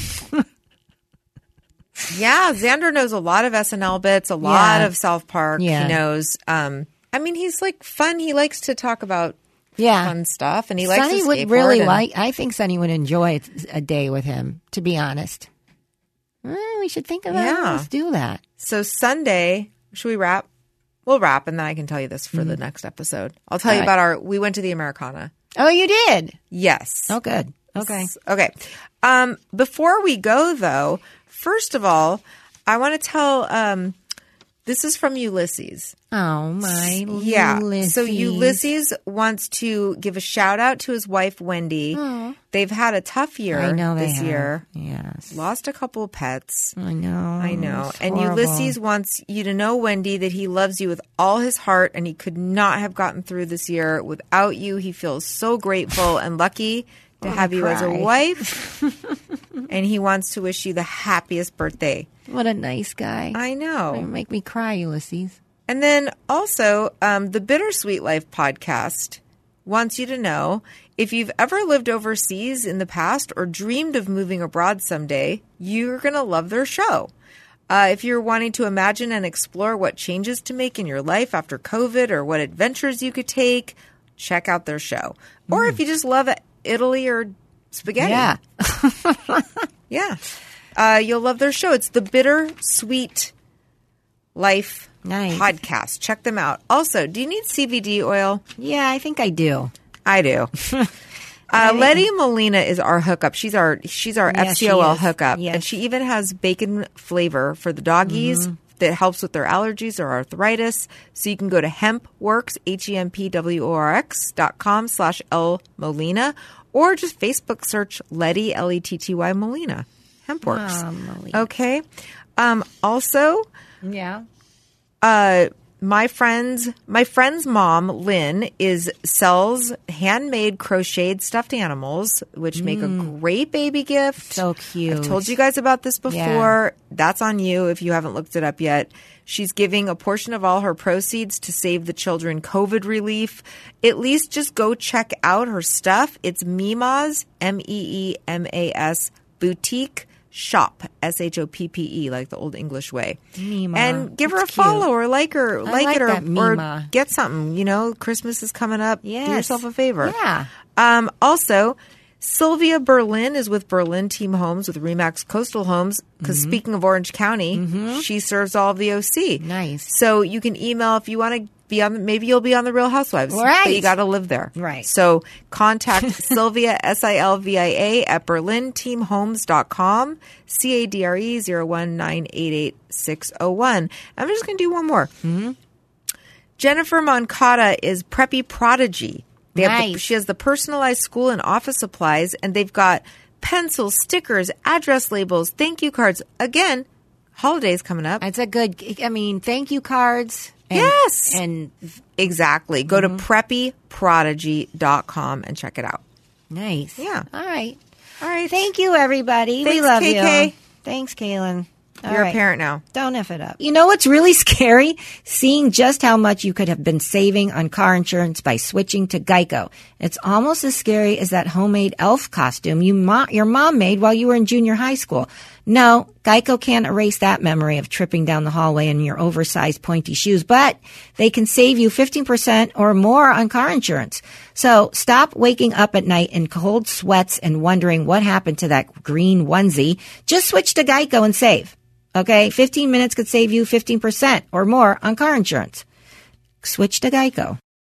S2: Yeah, Xander knows a lot of SNL bits, a lot
S3: Yeah.
S2: of South Park.
S3: Yeah.
S2: He knows. Um, I mean, he's like fun. He likes to talk about
S3: Yeah,
S2: fun stuff, and he likes.
S3: Ah. Sonny
S2: to
S3: would
S2: skateboard
S3: really
S2: and-
S3: like. I think Sonny would enjoy a day with him. To be honest, Eh, we should think about.
S2: Yeah.
S3: Let's do that.
S2: So Sunday, should we wrap? We'll wrap, and then I can tell you this for the next episode. I'll tell you
S3: Mm-hmm. All right.
S2: about our. We went to the Americana.
S3: Oh, you did.
S2: Yes.
S3: Oh, good. Okay.
S2: Okay. Um, before we go, though, first of all, I want to tell. Um, this is from Ulysses.
S3: Oh my.
S2: Yeah.
S3: Ulysses.
S2: So Ulysses wants to give a shout out to his wife Wendy. They've had a tough year
S3: I know they
S2: this
S3: have.
S2: year.
S3: Yes.
S2: Lost a couple of pets.
S3: I know.
S2: I know.
S3: Oh, It's
S2: And
S3: horrible.
S2: Ulysses wants you to know, Wendy, that he loves you with all his heart and he could not have gotten through this year without you. He feels so grateful and lucky to have you as a
S3: cry.
S2: wife. and he wants to wish you the happiest birthday.
S3: What a nice guy.
S2: I know.
S3: You make me cry, Ulysses.
S2: And then also, um, the Bittersweet Life podcast wants you to know if you've ever lived overseas in the past or dreamed of moving abroad someday, you're going to love their show. Uh, if you're wanting to imagine and explore what changes to make in your life after COVID or what adventures you could take, check out their show. Or if you just love Italy or spaghetti.
S3: Yeah.
S2: Yeah. Uh, you'll love their show. It's the Bittersweet Life
S3: Nice.
S2: podcast. Check them out. Also, do you need CBD oil?
S3: Yeah. I think I do.
S2: I do. Uh, Letty Molina is our hookup. She's our she's our
S3: Yes, she
S2: FCOL
S3: is.
S2: hookup,
S3: Yes. Mm-hmm.
S2: and she even has bacon flavor for the doggies that helps with their allergies or arthritis. So you can go to hempworks h e m p w o r x dot com slash l molina, or just Facebook search Letty L E T T Y Molina Hempworks.
S3: Ah,
S2: Okay. Um, also,
S3: Yeah.
S2: uh, my friends, my friend's mom, Lynn, is sells handmade crocheted stuffed animals, which make a great baby gift.
S3: Mm. So cute.
S2: I've told you guys about this before. That's on you if you haven't looked it up yet. She's giving a portion of all her proceeds to save the children COVID relief. At least just go check out her stuff. It's Mima's M E E M A S boutique shop S H O P P E like the old English way.
S3: Mima.
S2: And give her
S3: That's
S2: a
S3: cute.
S2: follow or like her, like,
S3: like
S2: it
S3: that
S2: or, or
S3: Mima.
S2: get something. You know, Christmas is coming up. Do
S3: Yes.
S2: yourself a favor.
S3: Yeah.
S2: Um, also, Sylvia Berlin is with Berlin Team Homes with Remax Coastal Homes. Because
S3: Mm-hmm.
S2: speaking of Orange County, she serves all of the OC.
S3: Nice.
S2: So you can email if you want to be on. Maybe you'll be on the Real Housewives. But
S3: Right.
S2: you got to live there.
S3: Right.
S2: So contact Sylvia S I L V I A at berlinteamhomes.com. C A D R E zero one nine eight eight six zero one. I'm just going to do one more.
S3: Hmm?
S2: Jennifer Moncada is preppy prodigy. They have the,
S3: Nice.
S2: she has the personalized school and office supplies, and they've got pencils, stickers, address labels, thank you cards. Again, holidays coming up.
S3: It's a good. I mean, thank you cards. And,
S2: Yes.
S3: And Mm-hmm.
S2: exactly. Go to preppyprodigy.com and check it out.
S3: nice.
S2: Yeah.
S3: All right.
S2: All right.
S3: Thank you, everybody. we
S2: Thanks,
S3: love
S2: KK.
S3: you. Thanks, Kaylin. All
S2: You're
S3: right.
S2: a parent now.
S3: Don't F it up. You know what's really scary? Seeing just how much you could have been saving on car insurance by switching to Geico. It's almost as scary as that homemade elf costume you mo- your mom made while you were in junior high school. No, Geico can't erase that memory of tripping down the hallway in your oversized pointy shoes, but they can save you 15% or more on car insurance. So stop waking up at night in cold sweats and wondering what happened to that green onesie. Just switch to Geico and save. Okay. 15 minutes could save you 15% or more on car insurance. Switch to Geico.